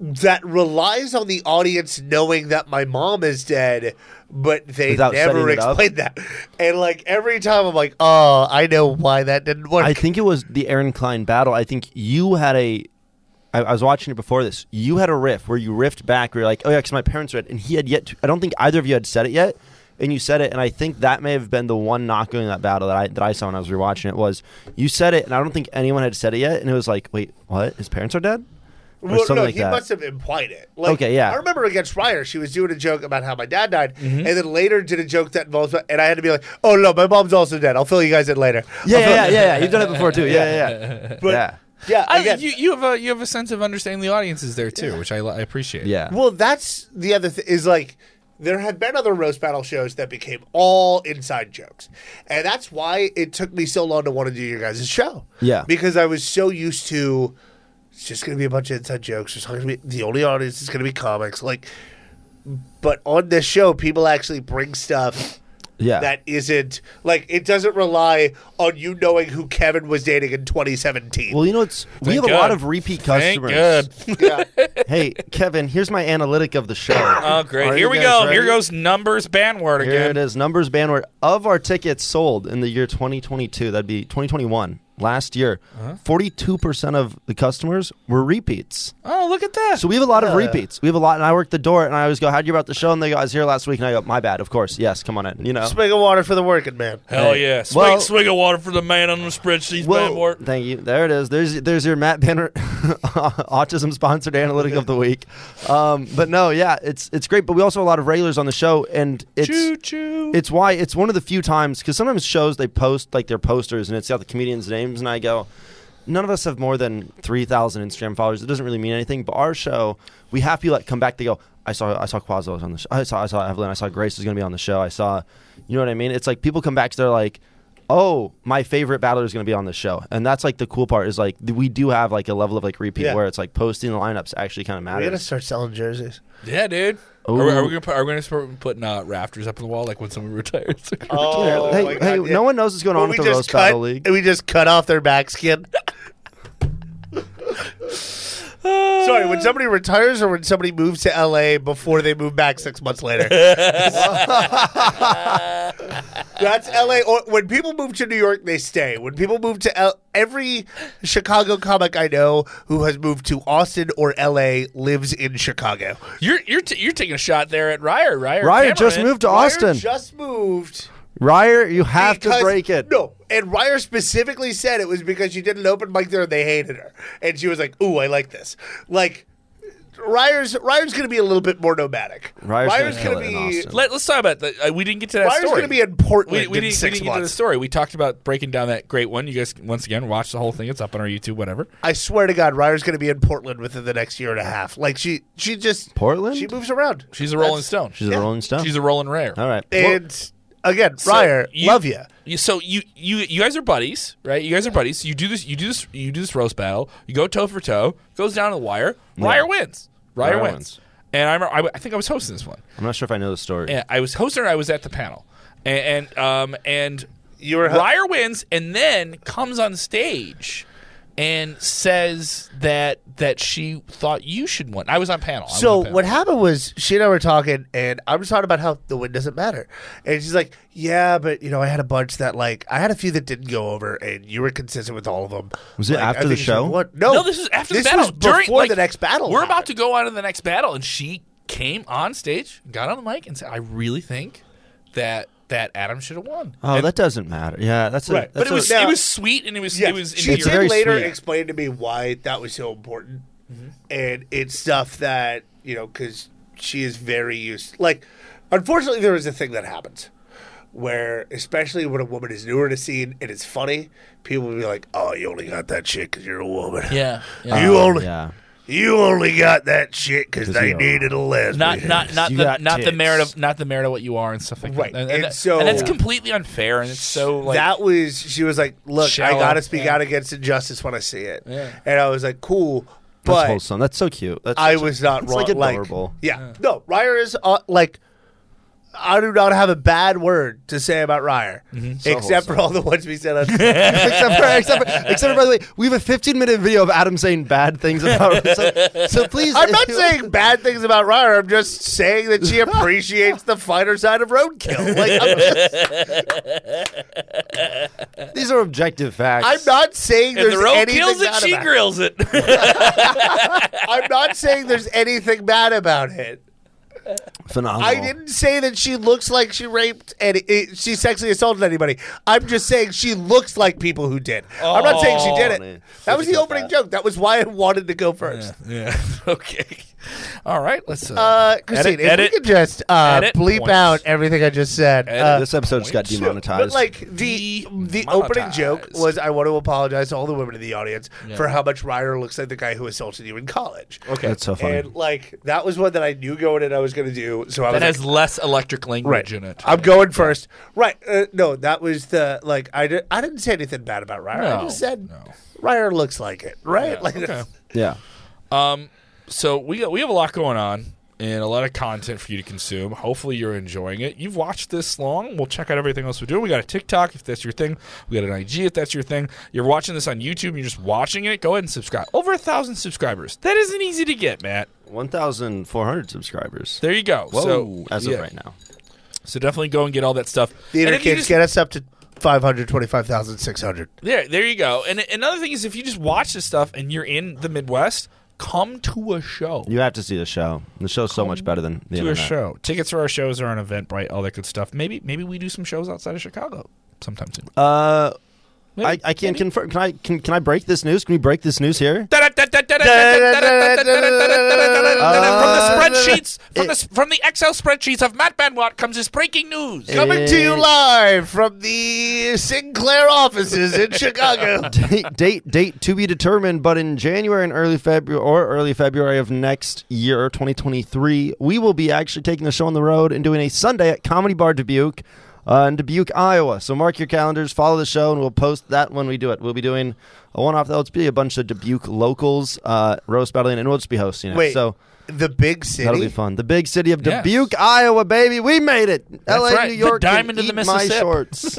S3: that relies on the audience knowing that my mom is dead, but they
S2: Without
S3: never
S2: setting it up?
S3: explained that. And like every time, I'm like, oh, I know why that didn't work.
S2: I think it was the Aaron Klein battle. I think you had a I, I was watching it before this. You had a riff where you riffed back. Where you're like, oh yeah, because my parents read, and he had yet. To, I don't think either of you had said it yet, and you said it. And I think that may have been the one knock going that battle that I that I saw when I was rewatching it was you said it, and I don't think anyone had said it yet. And it was like, wait, what? His parents are dead, or
S3: Well,
S2: something
S3: no,
S2: like
S3: he
S2: that.
S3: must have implied it. Like,
S2: Okay, yeah.
S3: I remember against Ryder, she was doing a joke about how my dad died, and then later did a joke that involves, and I had to be like, "Oh no, my mom's also dead. I'll fill you guys in later."
S2: yeah, yeah, yeah, yeah, yeah. You've done it before too. Yeah, yeah, yeah.
S3: But-
S2: yeah.
S3: Yeah,
S1: I,
S3: again-
S1: you, you have a you have a sense of understanding the audiences there too, which I, li- I appreciate.
S2: Yeah.
S3: Well, that's the other thing is like there have been other roast battle shows that became all inside jokes. And that's why it took me so long to want to do your guys' show.
S2: Yeah.
S3: Because I was so used to it's just going to be a bunch of inside jokes. It's going to be the only audience is going to be comics. Like, but on this show, people actually bring stuff
S2: Yeah.
S3: that isn't like it doesn't rely on you knowing who Kevin was dating in 2017.
S2: Well, you know, it's we
S1: Thank
S2: have a lot
S1: God.
S2: of repeat
S1: Thank
S2: customers. [LAUGHS]
S1: God.
S2: Hey, Kevin, here's my analytic of the show.
S1: Oh, great.
S2: Are
S1: Here
S2: you
S1: we
S2: guys
S1: go.
S2: ready?
S1: Here goes numbers bandword
S2: Here
S1: again.
S2: it is. Numbers bandwidth of our tickets sold in the year 2022. That'd be 2021. Last year,
S1: Uh-huh.
S2: 42% of the customers were repeats.
S1: Oh, look at that.
S2: So we have a lot of repeats. We have a lot. And I work the door and I always go, How'd you hear about the show? And they go, I was here last week. And I go, My bad. Of course. Yes. Come on in. You know?
S3: Spig of water for the working man.
S1: Hell yeah. Swig,
S2: Well-
S1: swig of water for the man on the spreadsheet
S2: Whoa.
S1: bandword.
S2: Thank you. There it is. There's there's your Matt Banner [LAUGHS] autism sponsored analytic of the week. Um, but no, yeah, it's it's great. But we also have a lot of regulars on the show, and it's
S1: Choo choo.
S2: it's why it's one of the few times because sometimes shows they post like their posters and it's got the comedians' names, and I go, none of us have more than three thousand Instagram followers. It doesn't really mean anything. But our show, we have people that come back. They go, I saw I saw Quazo was on the show. I saw I saw Evelyn. I saw Grace is going to be on the show. I saw, you know what I mean? It's like people come back. They're like. Oh, my favorite battler is going to be on this show, and that's like the cool part is like th- we do have like a level of like repeat
S3: Yeah.
S2: where it's like posting the lineups actually kind of
S3: We're going to
S2: matters.
S3: start selling jerseys.
S1: Yeah, dude. Are
S2: Ooh.
S1: we, are we gonna put, are we gonna start putting uh, rafters up on the wall like when someone retires? [LAUGHS]
S3: Oh,
S2: hey,
S3: my God,
S2: hey,
S3: yeah.
S2: no one knows what's going on with
S3: Well, we
S2: the
S3: just
S2: roast
S3: cut,
S2: battle league.
S3: We just cut off their back skin. Sorry, when somebody retires or when somebody moves to LA before they move back six
S2: [LAUGHS]
S3: months later. That's LA. Or when people move to New York, they stay. When people move to L- every Chicago comic I know who has moved to Austin or LA lives in Chicago.
S1: you're you're t- you're taking a shot there at Ryer. Ryer.
S2: Ryer just
S1: cameraman.
S2: moved to
S3: Ryer
S2: Austin.
S3: just moved.
S2: Ryer, you have
S3: Because-
S2: to break it.
S3: No, and Ryer specifically said it was because she did an open mic there and they hated her, and she was like, "Ooh, I like this." Like Ryer's Ryer's going to be a little bit more nomadic.
S2: Ryer's gonna kill
S3: gonna
S2: it in Austin.
S1: Let, let's talk about that. Uh, we didn't get to that
S3: Ryer's
S1: story.
S3: going to be in Portland
S1: we, we
S3: in
S1: didn't, we
S3: six
S1: didn't get to the
S3: months.
S1: story. We talked about breaking down that great one. You guys, once again, watch the whole thing. It's up on our YouTube, whatever.
S3: I swear to God, Ryer's going to be in Portland within the next year and a half. Like she, she just
S2: Portland?
S3: She moves around,
S1: She's a Rolling Stone.
S2: She's a Rolling Stone.
S1: She's a Rolling Rare.
S2: All right.
S3: and again,
S1: So
S3: Ryer, love ya.
S1: you. So you you you guys are buddies, right? You guys are buddies. You do this. You do this. You do this roast battle. You go toe for toe. Goes down to the wire. Ryer wins. Ryer,
S2: Ryer
S1: wins.
S2: wins.
S1: And I, remember, I I think I was hosting this one.
S2: I'm not sure if I know the story.
S1: And I was hosting. Or I was at the panel. And, and um and
S3: You were ho-
S1: Ryer wins, and then comes on stage. And says that that she thought you should win. I was on panel. I was on
S3: So
S1: panel.
S3: what happened was she and I were talking, and I was talking about how the win doesn't matter, and she's like, "Yeah, but you know, I had a bunch that like I had a few that didn't go over, and you were consistent with all of them."
S2: Was it
S3: Like,
S2: after
S3: I
S2: the
S3: think she
S2: show?
S3: won. No,
S1: No, this was after
S3: Oh, this
S1: the battle.
S3: was before
S1: During, like,
S3: the next battle.
S1: We're about to go on to the next battle, and she came on stage, got on the mic, and said, "I really think that that Adam should have won."
S2: Oh,
S1: And-
S2: that doesn't matter. Yeah, that's a,
S3: Right,
S1: but
S2: that's
S1: it was
S2: a-
S3: Uh, now-
S1: it was sweet, and it was
S3: Yes.
S1: it was
S3: she
S2: It's
S1: endearing.
S2: very
S3: did later
S2: sweet.
S3: explain to me why that was so important,
S1: Mm-hmm.
S3: and it's stuff that you know because she is very used. Like, unfortunately, there is a thing that happens where, especially when a woman is newer to scene and it's funny, people will be like, "Oh, you only got that shit because you're a woman.
S1: yeah, yeah.
S3: You only
S2: yeah.
S3: you only got that shit because
S2: 'Cause
S3: they
S2: you're a
S3: needed a lesbian."
S1: not not not
S2: You
S1: the
S2: got
S1: not the
S2: tits.
S1: merit of not the merit of what you are and stuff like
S3: Right,
S1: that. And,
S3: and
S1: that-
S3: so-
S1: and that's completely unfair, and it's so like
S3: that was she was like, "Look, I
S1: Shallow,
S3: got to speak
S1: yeah.
S3: out against injustice when I see it,"
S1: Yeah.
S3: and I was like, "Cool."
S2: That's
S3: But
S2: wholesome. That's so cute. That's
S3: I
S2: such a-
S3: was not
S2: it's
S3: wrong.
S2: Like adorable.
S3: yeah. No, Ryer is uh, like I do not have a bad word to say about Ryer,
S1: Mm-hmm.
S3: except for all the ones
S1: [LAUGHS]
S3: we said.
S2: [LAUGHS]
S3: On-
S2: except for, except for, except for, by the way, we have a 15 minute video of Adam saying bad things about. So,
S3: [LAUGHS]
S2: so please, [LAUGHS]
S3: I'm not saying bad things about Ryer. I'm just saying that
S1: [LAUGHS]
S3: she appreciates the finer side of roadkill. Like I'm,
S1: [LAUGHS]
S2: these are objective facts.
S3: I'm not saying
S1: And
S3: there's
S1: the road
S3: anything
S1: kills it,
S3: bad
S1: she
S3: about
S1: grills
S3: [LAUGHS]
S1: it.
S3: I'm not saying there's anything bad about it.
S2: phenomenal.
S3: I didn't say that she looks like she raped and she sexually assaulted anybody. I'm just saying she looks like people who did. I'm not saying
S1: Oh,
S3: she did it.
S2: man.
S3: That was the
S2: Physical
S3: opening
S2: fat.
S3: joke. That was why I wanted to go first.
S1: yeah. [LAUGHS] Okay. All right. Let's. Uh,
S3: Uh,
S1: Edit-
S3: Christine, if
S1: edit.
S3: we could just uh,
S1: Edit
S3: bleep
S1: points.
S3: out everything I just said.
S1: Edit
S3: Uh,
S2: this episode just got
S1: Point two.
S2: demonetized.
S3: but like the the opening
S1: Demonetized.
S3: joke was, I want to apologize to all the women in the audience for how much Ryder looks like the guy who assaulted you in college.
S2: okay, that's so funny.
S3: And like that was one that I knew going in I was going to do. So I was
S1: that
S3: like,
S1: has less electric language
S3: right.
S1: in it.
S3: I'm going first. Right. Uh, no, that was the like I did, I didn't say anything bad about Ryer. I
S1: No,
S3: just said
S1: no.
S3: Ryer looks like it. Right.
S1: Yeah,
S3: like [LAUGHS]
S1: okay.
S2: yeah,
S1: Um, so we got, we have a lot going on and a lot of content for you to consume. Hopefully, you're enjoying it. You've watched this long. We'll check out everything else we do. We got a TikTok if that's your thing. We got an IG if that's your thing. You're watching this on YouTube. You're just watching it. Go ahead and subscribe. Over a thousand subscribers. That isn't easy to get, Matt.
S2: 1,400 subscribers.
S1: There you go. so
S2: as
S1: yeah.
S2: of right now.
S1: So definitely go and get all that stuff.
S3: theater
S1: And if you
S3: kids
S1: just-
S3: get us up to five hundred twenty five thousand six hundred.
S1: There, there you go. And another thing is, if you just watch this stuff and you're in the Midwest, come to a show.
S2: You have to see the show. The show's so much better than the
S1: to a
S2: internet.
S1: show. Tickets for our shows are on Eventbrite, all that good stuff. Maybe, maybe we do some shows outside of Chicago sometime soon.
S2: Uh, I,
S1: Maybe.
S2: I can't confirm. Can I? Can, can I break this news? Can we break this news here? [LAUGHS]
S1: From the spreadsheets, from the from the Excel spreadsheets of Matt Banwat comes this breaking news.
S3: Coming to you
S2: Hey.
S3: live from the Sinclair offices [LAUGHS] in Chicago.
S2: date, date, date to be determined, but in January and early February or early February of next year, 2023, we will be actually taking the show on the road and doing a Sunday at Comedy Bar Dubuque uh, in Dubuque, Iowa. So mark your calendars, follow the show, and we'll post that when we do it. We'll be doing a one off that'll just be a bunch of Dubuque locals, uh, roast battling, and we'll just be hosting it.
S3: Wait.
S2: So
S3: the big
S2: that'll be
S3: city.
S2: fun. The big city of
S1: Yes.
S2: Dubuque, Iowa, baby. We made it. LA,
S1: right.
S2: New
S1: The
S2: York. can
S1: diamond in the
S2: eat my
S1: Mississippi. [LAUGHS]
S2: shorts.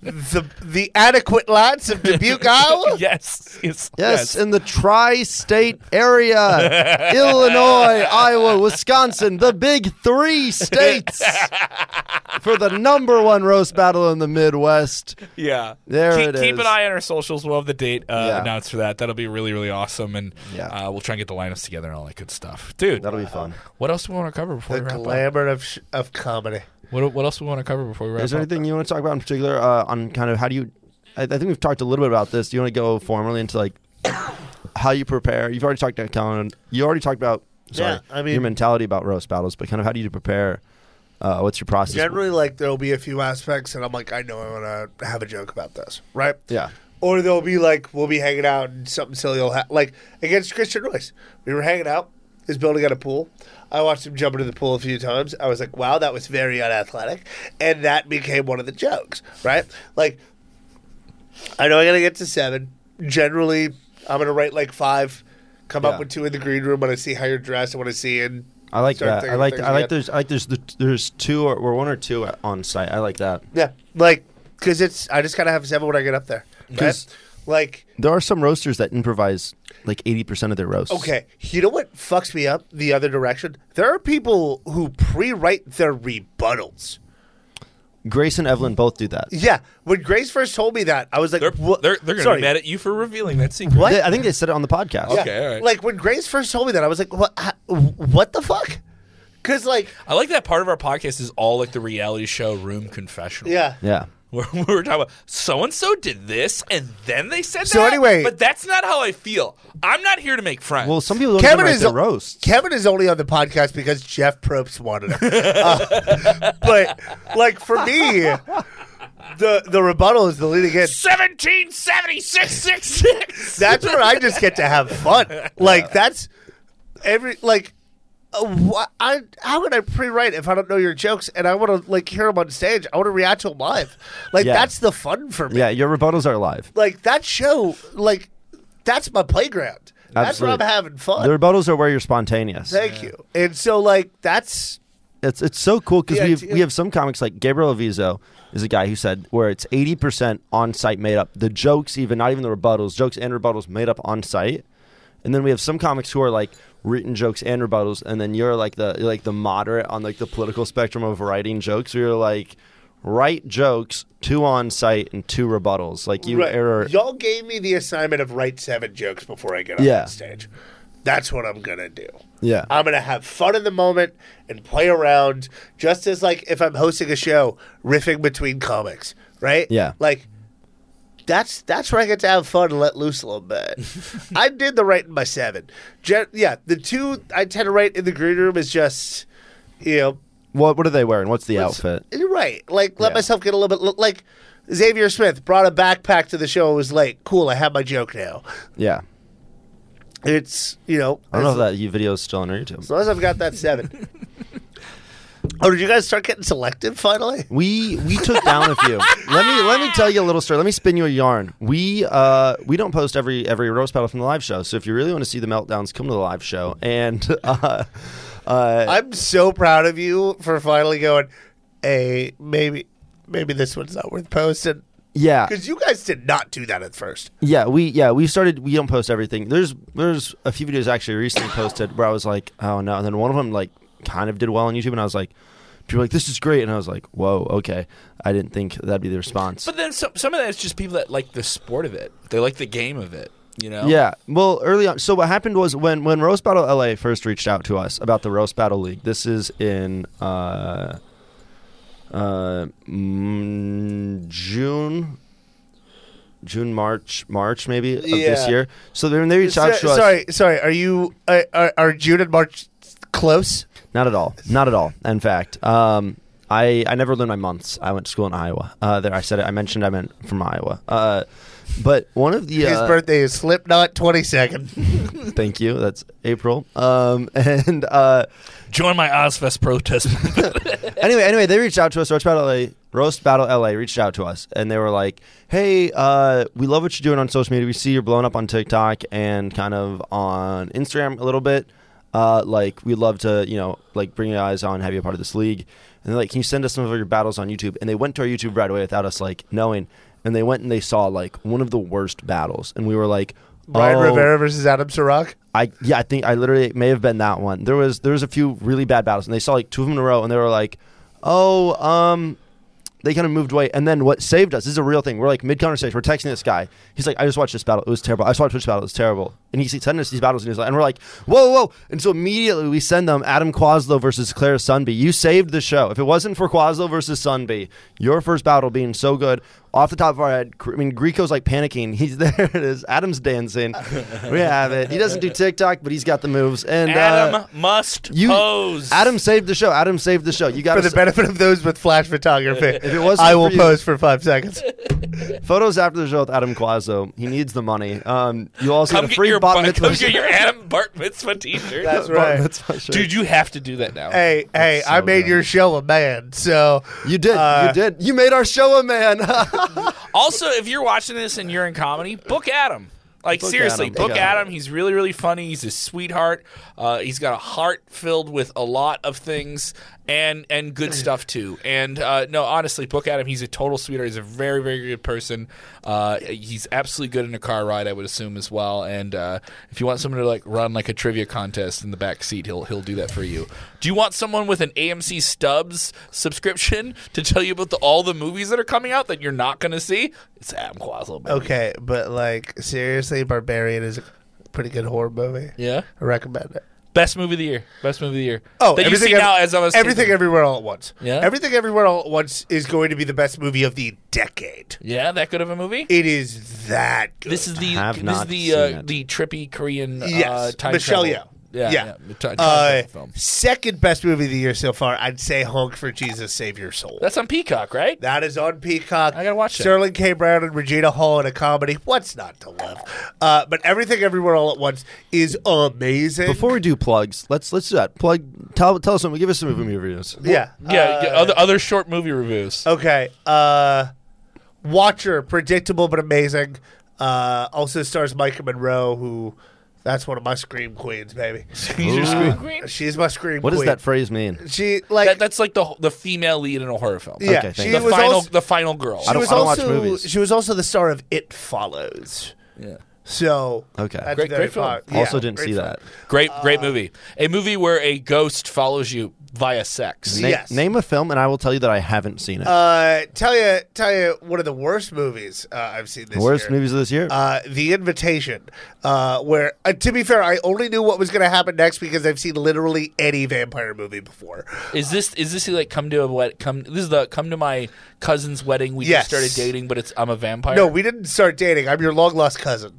S3: The the adequate lads
S1: [LAUGHS]
S3: of Dubuque, Iowa.
S1: Yes, yes,
S2: Yes, in the tri state area Illinois, Iowa, Wisconsin, the big three states for the number one roast battle in the Midwest.
S1: Yeah.
S2: There
S1: keep,
S2: it
S1: Keep an
S2: is.
S1: eye on our socials. We'll have the date uh,
S2: Yeah.
S1: announced for that. That'll be really, really awesome. And
S2: Yeah.
S1: uh, we'll try and get the lineups together and all that good stuff. Dude,
S2: That'll be fun.
S1: what else do we want to cover before
S3: The
S1: we wrap up?
S3: glamour of sh- of comedy.
S1: What, what else do we want to cover before we wrap
S2: Is there
S1: up?
S2: anything you want to talk about in particular uh, on kind of how do you? I, I think we've talked a little bit about this. Do you want to go formally into like how you prepare? You've already talked about Colin. You already talked about sorry,
S3: Yeah, I mean-
S2: your mentality about roast battles, but kind of how do you prepare? Uh, what's your process?
S3: Generally, like there'll be a few aspects, and I'm like, I know I want to have a joke about this, right?
S2: yeah.
S3: Or they'll be like, we'll be hanging out, and something silly will happen. Like against Christian Royce, we were hanging out. His building got a pool. I watched him jump into the pool a few times. I was like, wow, that was very unathletic, and that became one of the jokes, right? Like, I know I gotta get to seven. Generally, I'm gonna write like five. Come
S2: Yeah.
S3: up with two in the green room when I see how you're dressed. I want to see and
S2: I like
S3: start
S2: that.
S3: thinking
S2: I
S3: of
S2: like.
S3: things
S2: I like.
S3: again.
S2: There's. I like. There's. The, there's two or, or one or two at- on site. I like that.
S3: Yeah, like because it's I just gotta have seven when I get up there. right?
S2: 'Cause-
S3: Like
S2: There are some roasters that improvise like eighty percent of their roasts.
S3: okay, you know what fucks me up the other direction? There are people who pre-write their rebuttals.
S2: Grace and Evelyn both do that.
S3: Yeah, when Grace first told me that, I was like,
S1: They're,
S3: "What?"
S1: they're, they're going to
S3: Sorry.
S1: be mad at you for revealing that secret.
S3: What?
S2: They- I think they said it on the podcast.
S3: Yeah.
S1: Okay, all right.
S3: Like when Grace first told me that, I was like, "What? ha- What the fuck?" Because like,
S1: I like that part of our podcast is all like the reality show room confessional.
S3: yeah,
S2: Yeah.
S1: Where [LAUGHS] we were talking about so and so did this and then they said
S3: So
S1: that.
S3: anyway-
S1: But that's not how I feel. I'm not here to make friends.
S2: Well, some people don't even
S3: Kevin
S2: write
S3: is
S2: their
S3: a-
S2: roasts.
S3: Kevin is only on the podcast because Jeff Probst
S1: [LAUGHS]
S3: wanted him. Uh, but like for me, the the rebuttal is the leading in.
S1: 177666.
S3: that's where I just get to have
S2: [LAUGHS]
S3: fun. Like that's every like. Uh, wh- I how can I pre-write if I don't know your jokes and I want to like hear them on stage? I want to react to them live. Like
S2: Yeah.
S3: that's the fun for me.
S2: yeah, your rebuttals are live.
S3: Like that show. Like that's my playground. That's where I'm
S2: Absolutely.
S3: having fun.
S2: The rebuttals are where you're spontaneous.
S3: Thank you. And so like that's
S2: It's it's so cool because
S3: Yeah,
S2: we have,
S3: it's-
S2: we have some comics like Gabriel Aviso is a guy who said where it's eighty percent on site made up. The jokes, even not even the rebuttals, jokes and rebuttals made up on site. And then we have some comics who are like written jokes and rebuttals, and then you're like the you're like the moderate on like the political spectrum of writing jokes. Where you're like write jokes, two on site and two rebuttals. Like you
S3: Right.
S2: error.
S3: Y'all gave me the assignment of write seven jokes before I get on
S2: Yeah.
S3: that stage. That's what I'm gonna do.
S2: Yeah.
S3: I'm gonna have fun in the moment and play around, just as like if I'm hosting a show, riffing between comics, right?
S2: Yeah.
S3: like that's that's where I get to have fun and let loose a
S2: [LAUGHS]
S3: little bit. I did the writing by seven. Gen- yeah, the two I tend to write in the green room is just, you know,
S2: What what are they wearing? What's the outfit?
S3: you're right. Like, let
S2: Yeah.
S3: myself get a little bit like Xavier Smith brought a backpack to the show. and was late. Cool. I have my joke now.
S2: Yeah.
S3: It's you know.
S2: I don't know
S3: as,
S2: if that you video is still on our YouTube.
S3: as long as I've got
S2: [LAUGHS]
S3: that seven. oh, did you guys start getting selective finally?
S2: We we took down a few. Let me let me tell you a little story. Let me spin you a yarn. We uh we don't post every every roast battle from the live show. So if you really want to see the meltdowns, come to the live show. And [LAUGHS] uh, uh
S3: I'm so proud of you for finally going. Hey, maybe maybe this one's not worth posting
S2: yeah
S3: because you guys did not do that at first.
S2: yeah we yeah we started. We don't post everything. There's there's a few videos actually recently posted where I was like oh no, and then one of them like kind of did well on YouTube, and I was like people were like this is great, and I was like whoa okay, I didn't think that'd be the response.
S1: But then some, some of that is just people that like the sport of it. They like the game of it. You
S3: Oh.
S1: know.
S2: Yeah. Well, early on. So what happened was when when Roast Battle LA first reached out to us about the Roast Battle League. This is in uh, uh, mm, June. June, March, March maybe of this
S3: Yeah.
S2: year. So then they reached out
S3: So-
S2: to us.
S3: sorry, sorry. Are you are, are, are June and March close?
S2: Not at all. Not at all. In fact, um, I I never learned my months. I went to school in Iowa. Uh, there, I said it. I mentioned I'm in, from Iowa. Uh, but one of the
S3: His
S2: uh,
S3: birthday is Slipknot twenty second.
S2: [LAUGHS] thank you. That's April. Um, [LAUGHS] and uh,
S1: Join my Ozfest protest.
S2: [LAUGHS]
S1: [LAUGHS]
S2: anyway, anyway, they reached out to us. Roast Battle LA, Roast Battle LA reached out to us, and they were like, "Hey, uh, we love what you're doing on social media. We see you're blowing up on TikTok and kind of on Instagram a little bit. Uh, like, we'd love to, you know, like bring your eyes on, have you a part of this league. And they're like, can you send us some of your battles on YouTube? And they went to our YouTube right away without us like knowing. And they went and they saw like one of the worst battles, and we were like,
S3: Ryan
S2: oh,
S3: Rivera versus Adam Sirach.
S2: I yeah, I think I literally it may have been that one. There was there was a few really bad battles, and they saw like two of them in a row, and they were like, "Oh, um," they kind of moved away. And then what saved us this is a real thing. We're like mid conversation, we're texting this guy. He's like, "I just watched this battle. It was terrible. I just watched this battle. It was terrible." And he's sending us these battles, and he's like, and we're like, "Whoa, whoa!" And so immediately we send them Adam Quaslow versus Clara Sunby. You saved the show. If it wasn't for Quaslow versus Sunby, your first battle being so good. Off the top of our head, Gr- I mean, Greco's like panicking. [LAUGHS] He's there. It is.
S1: [LAUGHS]
S2: Adam's dancing. We have it. He doesn't do TikTok, but he's got the moves. And uh,
S1: Adam must
S2: you,
S1: pose.
S2: Adam saved the show. Adam saved the show. You got
S3: For the benefit of those with flash photography, if
S2: it wasn't
S3: I
S2: for
S3: will
S2: you-
S3: pose for five seconds.
S2: photos after the show with Adam Quazzo. He needs the money. Um, you also
S1: come
S2: get a
S1: get
S2: free
S1: your
S2: bat
S1: bar-
S2: mitzvah.
S1: come
S2: [LAUGHS]
S1: get your Adam Bart Mitzvah T-shirt.
S3: That's
S2: Bat
S3: right.
S2: mitzvah shirt.
S1: Dude, you have to do that now.
S2: [LAUGHS]
S3: hey, hey,
S2: so
S3: I made
S2: good.
S3: your show a man. So
S2: you did.
S3: uh,
S2: you did. You made our show a man. [LAUGHS]
S1: Also, if you're watching this and you're in comedy, book Adam. Like
S2: Book
S1: seriously,
S2: Adam.
S1: book
S2: Book Adam.
S1: Adam. He's really, really funny. He's a sweetheart. Uh, he's got a heart filled with a lot of things and and good stuff too. And uh, no, honestly, book Adam. He's a total sweetheart. He's a very, very good person. Uh, he's absolutely good in a car ride, I would assume as well. And uh, if you want someone to like run like a trivia contest in the back seat, he'll he'll do that for you. Do you want someone with an AMC Stubbs subscription to tell you about the, all the movies that are coming out that you're not going to see? It's Adam Quazel. baby.
S3: okay, but like seriously, Barbarian is a pretty good horror movie.
S1: Yeah.
S3: I recommend it.
S1: Best movie of the year. Best movie of the year.
S3: Oh,
S1: that you
S3: everything,
S1: see
S3: Ev-
S1: now as I was
S3: everything
S1: Thinking.
S3: everywhere all at once.
S1: Yeah.
S3: everything everywhere all at once is going to be the best movie of the decade.
S1: yeah, that good of a movie.
S3: It is that good.
S1: This is the
S2: have
S1: this is
S2: not
S1: the
S2: seen
S1: uh,
S2: it.
S1: the trippy Korean uh,
S3: Yes,
S1: time
S3: Michelle
S1: travel.
S3: Yeoh.
S1: Yeah,
S3: Yeah.
S1: yeah. the ti- time
S3: uh,
S1: travel film.
S3: second best movie of the year so far. I'd say "Honk for Jesus, Save Your Soul."
S1: That's on Peacock, right?
S3: That is on Peacock.
S1: I gotta watch that.
S3: Sterling K. Brown and Regina Hall in a comedy. What's not to love? Uh, but everything, everywhere, all at once is amazing.
S2: Before we do plugs, let's let's do that. Plug. Tell tell us something. Give us some movie reviews.
S3: yeah,
S1: yeah,
S3: uh, Oh,
S1: yeah, other other short movie reviews.
S3: Okay. Uh, Watcher, predictable but amazing. Uh, also stars Micah Monroe, who That's one of my scream queens, baby.
S1: He's your screen-
S3: She's my scream
S2: What does
S3: queen.
S2: that phrase mean?
S3: She like
S1: That, that's like the the female lead in a horror film.
S3: yeah.
S2: Okay, thank
S3: she
S2: you.
S1: The
S3: was
S1: final
S3: also,
S1: the final girl.
S3: she
S2: don't-
S3: was
S2: I don't watch
S3: also
S2: movies.
S3: she was also the star of It Follows.
S1: Yeah.
S3: So
S2: Okay.
S3: that's
S1: Great-
S3: very
S1: great film.
S3: popular. Yeah,
S2: Also, didn't
S3: great
S2: see
S3: film.
S2: that.
S1: Great great
S3: Uh,
S1: movie. A movie where a ghost follows you via sex.
S2: Na-
S3: Yes.
S2: Name a film, and I will tell you that I haven't seen it.
S3: Uh, tell you, tell you, one of the worst movies uh, I've seen this
S2: Worst
S3: year.
S2: movies of this year.
S3: Uh, the Invitation, uh, where uh, to be fair, I only knew what was going to happen next because I've seen literally any vampire movie before.
S1: Is this is this like come to a wet come this is the come to my cousin's wedding we
S3: Yes.
S1: just started dating but it's I'm a vampire?
S3: No, we didn't start dating. I'm your long lost cousin.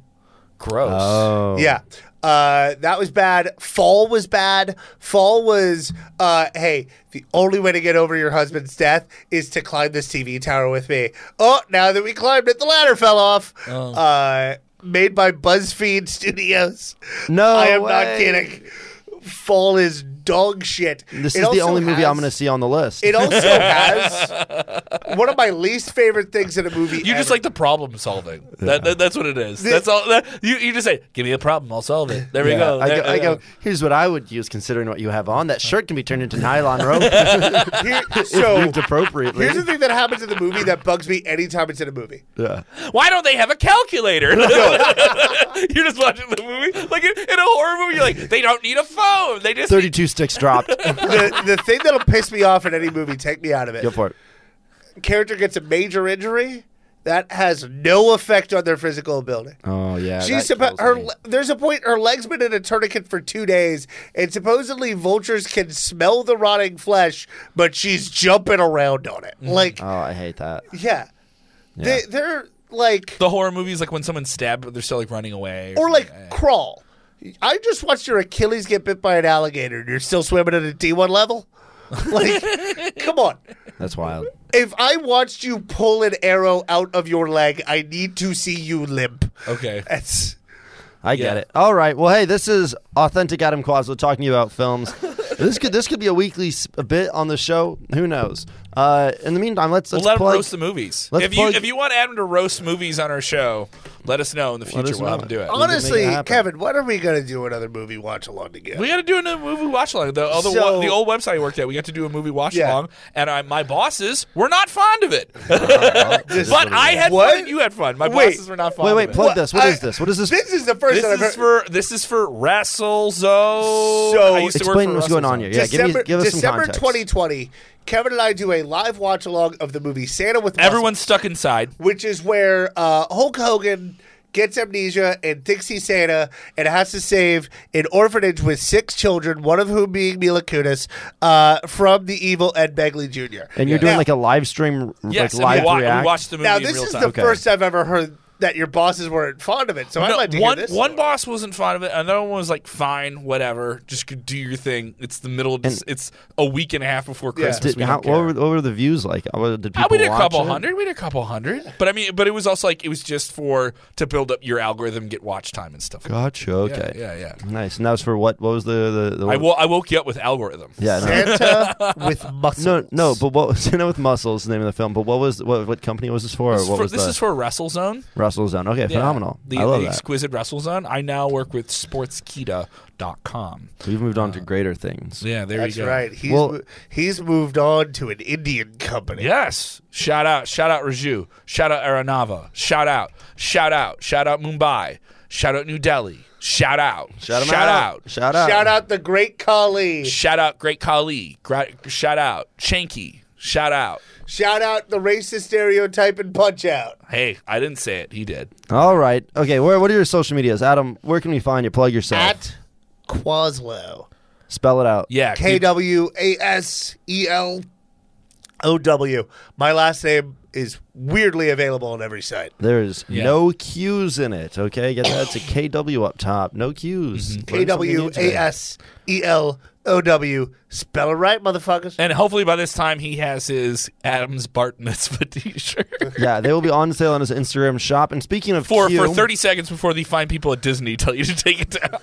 S1: gross.
S2: oh,
S3: Yeah. Uh, that was bad. Fall was bad. Fall was, uh, hey, the only way to get over your husband's death is to climb this TV tower with me. Oh, now that we climbed it, the ladder fell off. Uh, made by BuzzFeed Studios.
S2: No
S3: I am
S2: way.
S3: not kidding. Fall is dog shit.
S2: This
S3: It
S2: is the
S3: also
S2: only movie
S3: has-
S2: I'm going to see on the list. [LAUGHS]
S3: It also has one of my least favorite things in a movie.
S1: You just
S3: ever.
S1: like the problem solving. That, that, that's what it is. That's all. That, you you just say, "Give me a problem, I'll solve it." There we
S2: Yeah.
S1: go.
S2: I
S1: There-
S2: go, I
S1: there
S2: go,
S1: we
S2: here's what I would use considering what you have on. That shirt can be turned into nylon
S3: [LAUGHS]
S2: rope [LAUGHS] if
S3: Here- so
S2: used appropriately.
S3: Here's the thing that happens in the movie that bugs me anytime it's in a movie.
S2: Yeah. [LAUGHS]
S1: Why don't they have a calculator? [LAUGHS] you're just watching the movie, like in, in a horror movie. You're like, they don't need a phone. They just.
S2: 32 sticks dropped.
S3: The, the thing that'll piss me off in any movie, take me out of it.
S2: Go for it.
S3: Character gets a major injury that has no effect on their physical ability.
S2: Oh, yeah.
S3: She's
S2: that
S3: suppo-
S2: kills
S3: her.
S2: me.
S3: le- There's a point her leg's been in a tourniquet for two days, and supposedly vultures can smell the rotting flesh, but she's jumping around on it. Like,
S2: Oh, I hate that.
S3: yeah, They, they're like,
S1: the horror movies, like when someone's stabbed, but they're still like running away,
S3: or like
S1: something.
S3: crawl. I just watched your Achilles get bit by an alligator, and you're still swimming at a D1 level. Like, come on.
S2: That's wild.
S3: If I watched you pull an arrow out of your leg, I need to see you limp.
S1: okay.
S3: That's
S2: I get
S1: Yeah.
S2: it. All right. Well, hey, this is authentic Adam Quazzo talking to you
S1: [LAUGHS]
S2: about films. this could this could be a weekly s- a bit on the show. Who knows? Uh, in the meantime, let's let's
S1: We'll let him
S2: plug-
S1: roast the movies.
S2: let's
S1: if you
S2: plug-
S1: if you want Adam to roast movies on our show, let us know in the future.
S2: us
S1: We'll have
S2: know.
S1: him do it.
S3: honestly,
S2: make it happen.
S3: Kevin. When are we gonna do another movie watch along together?
S1: We got to do a movie watch along. The other
S3: So-
S1: one, the old website I worked at, we got to do a movie watch
S3: Yeah.
S1: along, and I, my bosses were not fond of
S2: [LAUGHS]
S1: it. but I had
S3: What?
S1: fun. and You had fun. My
S3: Wait.
S1: bosses were not fond.
S2: Wait, wait.
S1: Of it.
S2: Plug this. What
S3: I-
S2: is this? What is this?
S3: this is the first
S1: This
S3: that I've
S1: is
S3: heard.
S1: for this is for Wrestle Zone.
S3: So-
S1: I used to work
S2: Explain
S1: for
S2: what's going
S1: WrestleZone.
S2: on here. Yeah, give, me, give us some
S3: December
S2: context.
S3: 2020, Kevin and I do a live watch along of the movie Santa with Muscles,
S1: Everyone's stuck inside.
S3: which is where uh, Hulk Hogan gets amnesia and thinks he's Santa and has to save an orphanage with six children, one of whom being Mila Kunis, uh, from the evil Ed Begley Jr.
S2: And you're doing
S3: Now-
S2: like a live stream,
S1: Yes,
S2: like live
S1: and we, wa-
S2: react.
S1: we watched the movie
S3: Now
S1: in
S3: this
S1: real
S3: is
S1: time.
S3: the
S2: Okay.
S3: first I've ever heard that your bosses weren't fond of it, so I'd
S1: No,
S3: like to
S1: one
S3: hear this.
S1: one
S3: story.
S1: boss wasn't fond of it. Another one was like, "Fine, whatever, just go do your thing." It's the middle. Of Dec- it's a week and a half before Christmas.
S2: Did-
S1: we
S2: how,
S1: don't care.
S2: what, were, what were the views like? Uh, Did people
S1: Ah, we did a
S2: watch
S1: couple
S2: it?
S1: hundred. We did a couple hundred. But I mean, but it was also like it was just for to build up your algorithm, get watch time and stuff.
S2: Gotcha.
S1: Yeah,
S2: Okay.
S1: Yeah, yeah.
S2: Nice. And that was for what? What was the the? the
S1: I, wo- I woke you up with algorithm.
S2: [LAUGHS] yeah. No.
S3: Santa [LAUGHS] with muscles.
S2: No, no, but what [LAUGHS] Santa with Muscles is the name of the film. But what was what, what company was this for?
S1: This,
S2: or
S1: is
S2: what
S1: for,
S2: was
S1: this
S2: the
S1: is for Wrestle Zone.
S2: Russell Zone? Okay,
S1: Yeah.
S2: phenomenal.
S1: The,
S2: I love
S1: the
S2: that.
S1: exquisite Wrestle Zone. I now work with sportskita.com.
S2: We've moved on to
S1: Uh,
S2: greater things.
S1: Yeah, there
S3: That's
S1: you go.
S3: right. He's
S2: Well-
S3: mo- he's moved on to an Indian company.
S1: Yes. Shout out, shout out Raju. Shout out Aranava. Shout out, shout out, shout out Mumbai. Shout out New Delhi. Shout out.
S2: Shout 'em
S1: out.
S2: Shout out.
S3: Shout out the great Kali.
S1: Shout out Great Khali. Gra- shout out Shanky. Shout out.
S3: Shout out the racist stereotype and punch out.
S1: Hey, I didn't say it. He did.
S2: All right. Okay. Where? What are your social medias, Adam? Where can we find you? Plug yourself.
S3: At Quaslow.
S2: Spell it out.
S1: Yeah.
S3: K
S1: keep-
S3: W A S E L O W. My last name is weirdly available on every site.
S2: There's
S1: Yeah.
S2: no Q's in it. Okay, get that. It's a KW up top. No Q's. Learn
S3: Mm-hmm. K
S2: something
S3: W
S2: new today.
S3: A S E L O W. Spell it right, motherfuckers.
S1: and hopefully by this time he has his Adam's Bart Mitzvah [LAUGHS] T-shirt
S2: Yeah, they will be on sale on his Instagram shop. And speaking of
S1: for
S2: Q,
S1: for thirty seconds before the fine people at Disney tell you to take it down.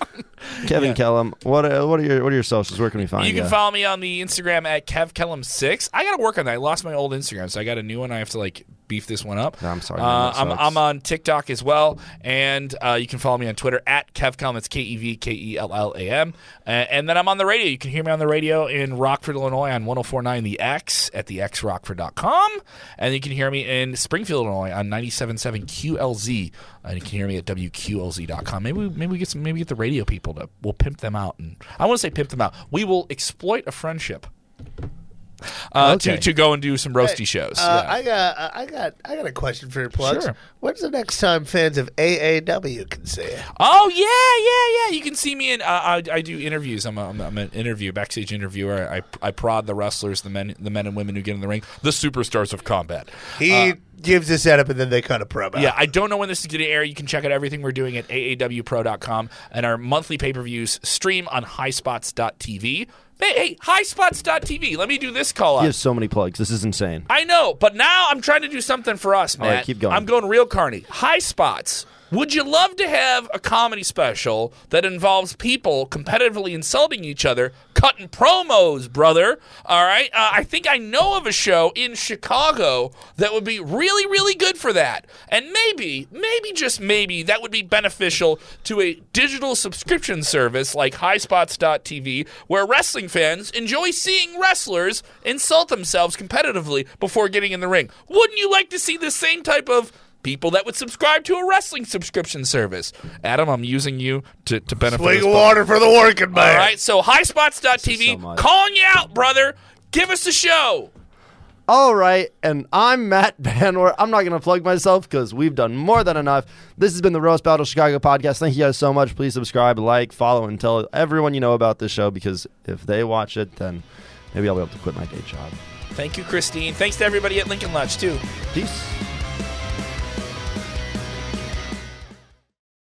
S2: Kevin Kellum, what uh, what are your what are your socials? Where can we find
S1: You
S2: you?
S1: can follow me on the Instagram at KevKellum6. I got to work on that. I lost my old Instagram, so I got a new one. I have to like beef this one up.
S2: No, I'm sorry,
S1: Uh,
S2: man, that
S1: I'm,
S2: sucks.
S1: I'm on TikTok as well, and uh, you can follow me on Twitter at Kevcom. It's K E V K E L L A M. Uh, and then I'm on the radio. You can hear me on the radio in Rockford, Illinois on 1049 The X at thexrockford.com. And you can hear me in Springfield, Illinois on 977 QLZ. And you can hear me at WQLZ.com. Maybe we, maybe we get some, maybe get the radio people to, we'll pimp them out. And I want to say pimp them out. We will exploit a friendship. Uh,
S3: Okay.
S1: to, to go and do some roasty shows.
S3: Uh,
S1: Yeah.
S3: I got, uh, I got, I got a question for your plugs.
S1: Sure.
S3: When's the next time fans of AAW can see it?
S1: Oh yeah, yeah, yeah. You can see me in. Uh, I, I do interviews. I'm, a, I'm, a, I'm an interview, backstage interviewer. I, I prod the wrestlers, the men, the men and women who get in the ring, the superstars of combat.
S3: He gives a setup and then they cut a promo.
S1: Yeah, I don't know when this is going to air. You can check out everything we're doing at aawpro.com and our monthly pay per views stream on highspots.tv. Hey, hey, highspots.tv. Let me do this call
S2: You
S1: out.
S2: have so many plugs. This is insane.
S1: I know, but now I'm trying to do something for us, man.
S2: right, keep going.
S1: I'm going real carny. High spots. Would you love to have a comedy special that involves people competitively insulting each other, cutting promos, brother? All right. Uh, I think I know of a show in Chicago that would be really, really good for that. And maybe, maybe just maybe, that would be beneficial to a digital subscription service like highspots.tv where wrestling fans enjoy seeing wrestlers insult themselves competitively before getting in the ring. Wouldn't you like to see the same type of people that would subscribe to a wrestling subscription service? Adam, I'm using you to, to benefit.
S3: Swig
S1: us
S3: of
S1: both.
S3: water for the working man.
S1: All right, so
S2: This is so
S1: highspots.tv,
S2: much.
S1: calling you out, brother. Give us a show.
S2: All right, and I'm Matt [LAUGHS] Banwer. I'm not going to plug myself because we've done more than enough. This has been the Roast Battle Chicago podcast. Thank you guys so much. Please subscribe, like, follow, and tell everyone you know about this show because if they watch it, then maybe I'll be able to quit my day job.
S1: Thank you, Christine. Thanks to everybody at Lincoln Lodge, too.
S2: Peace.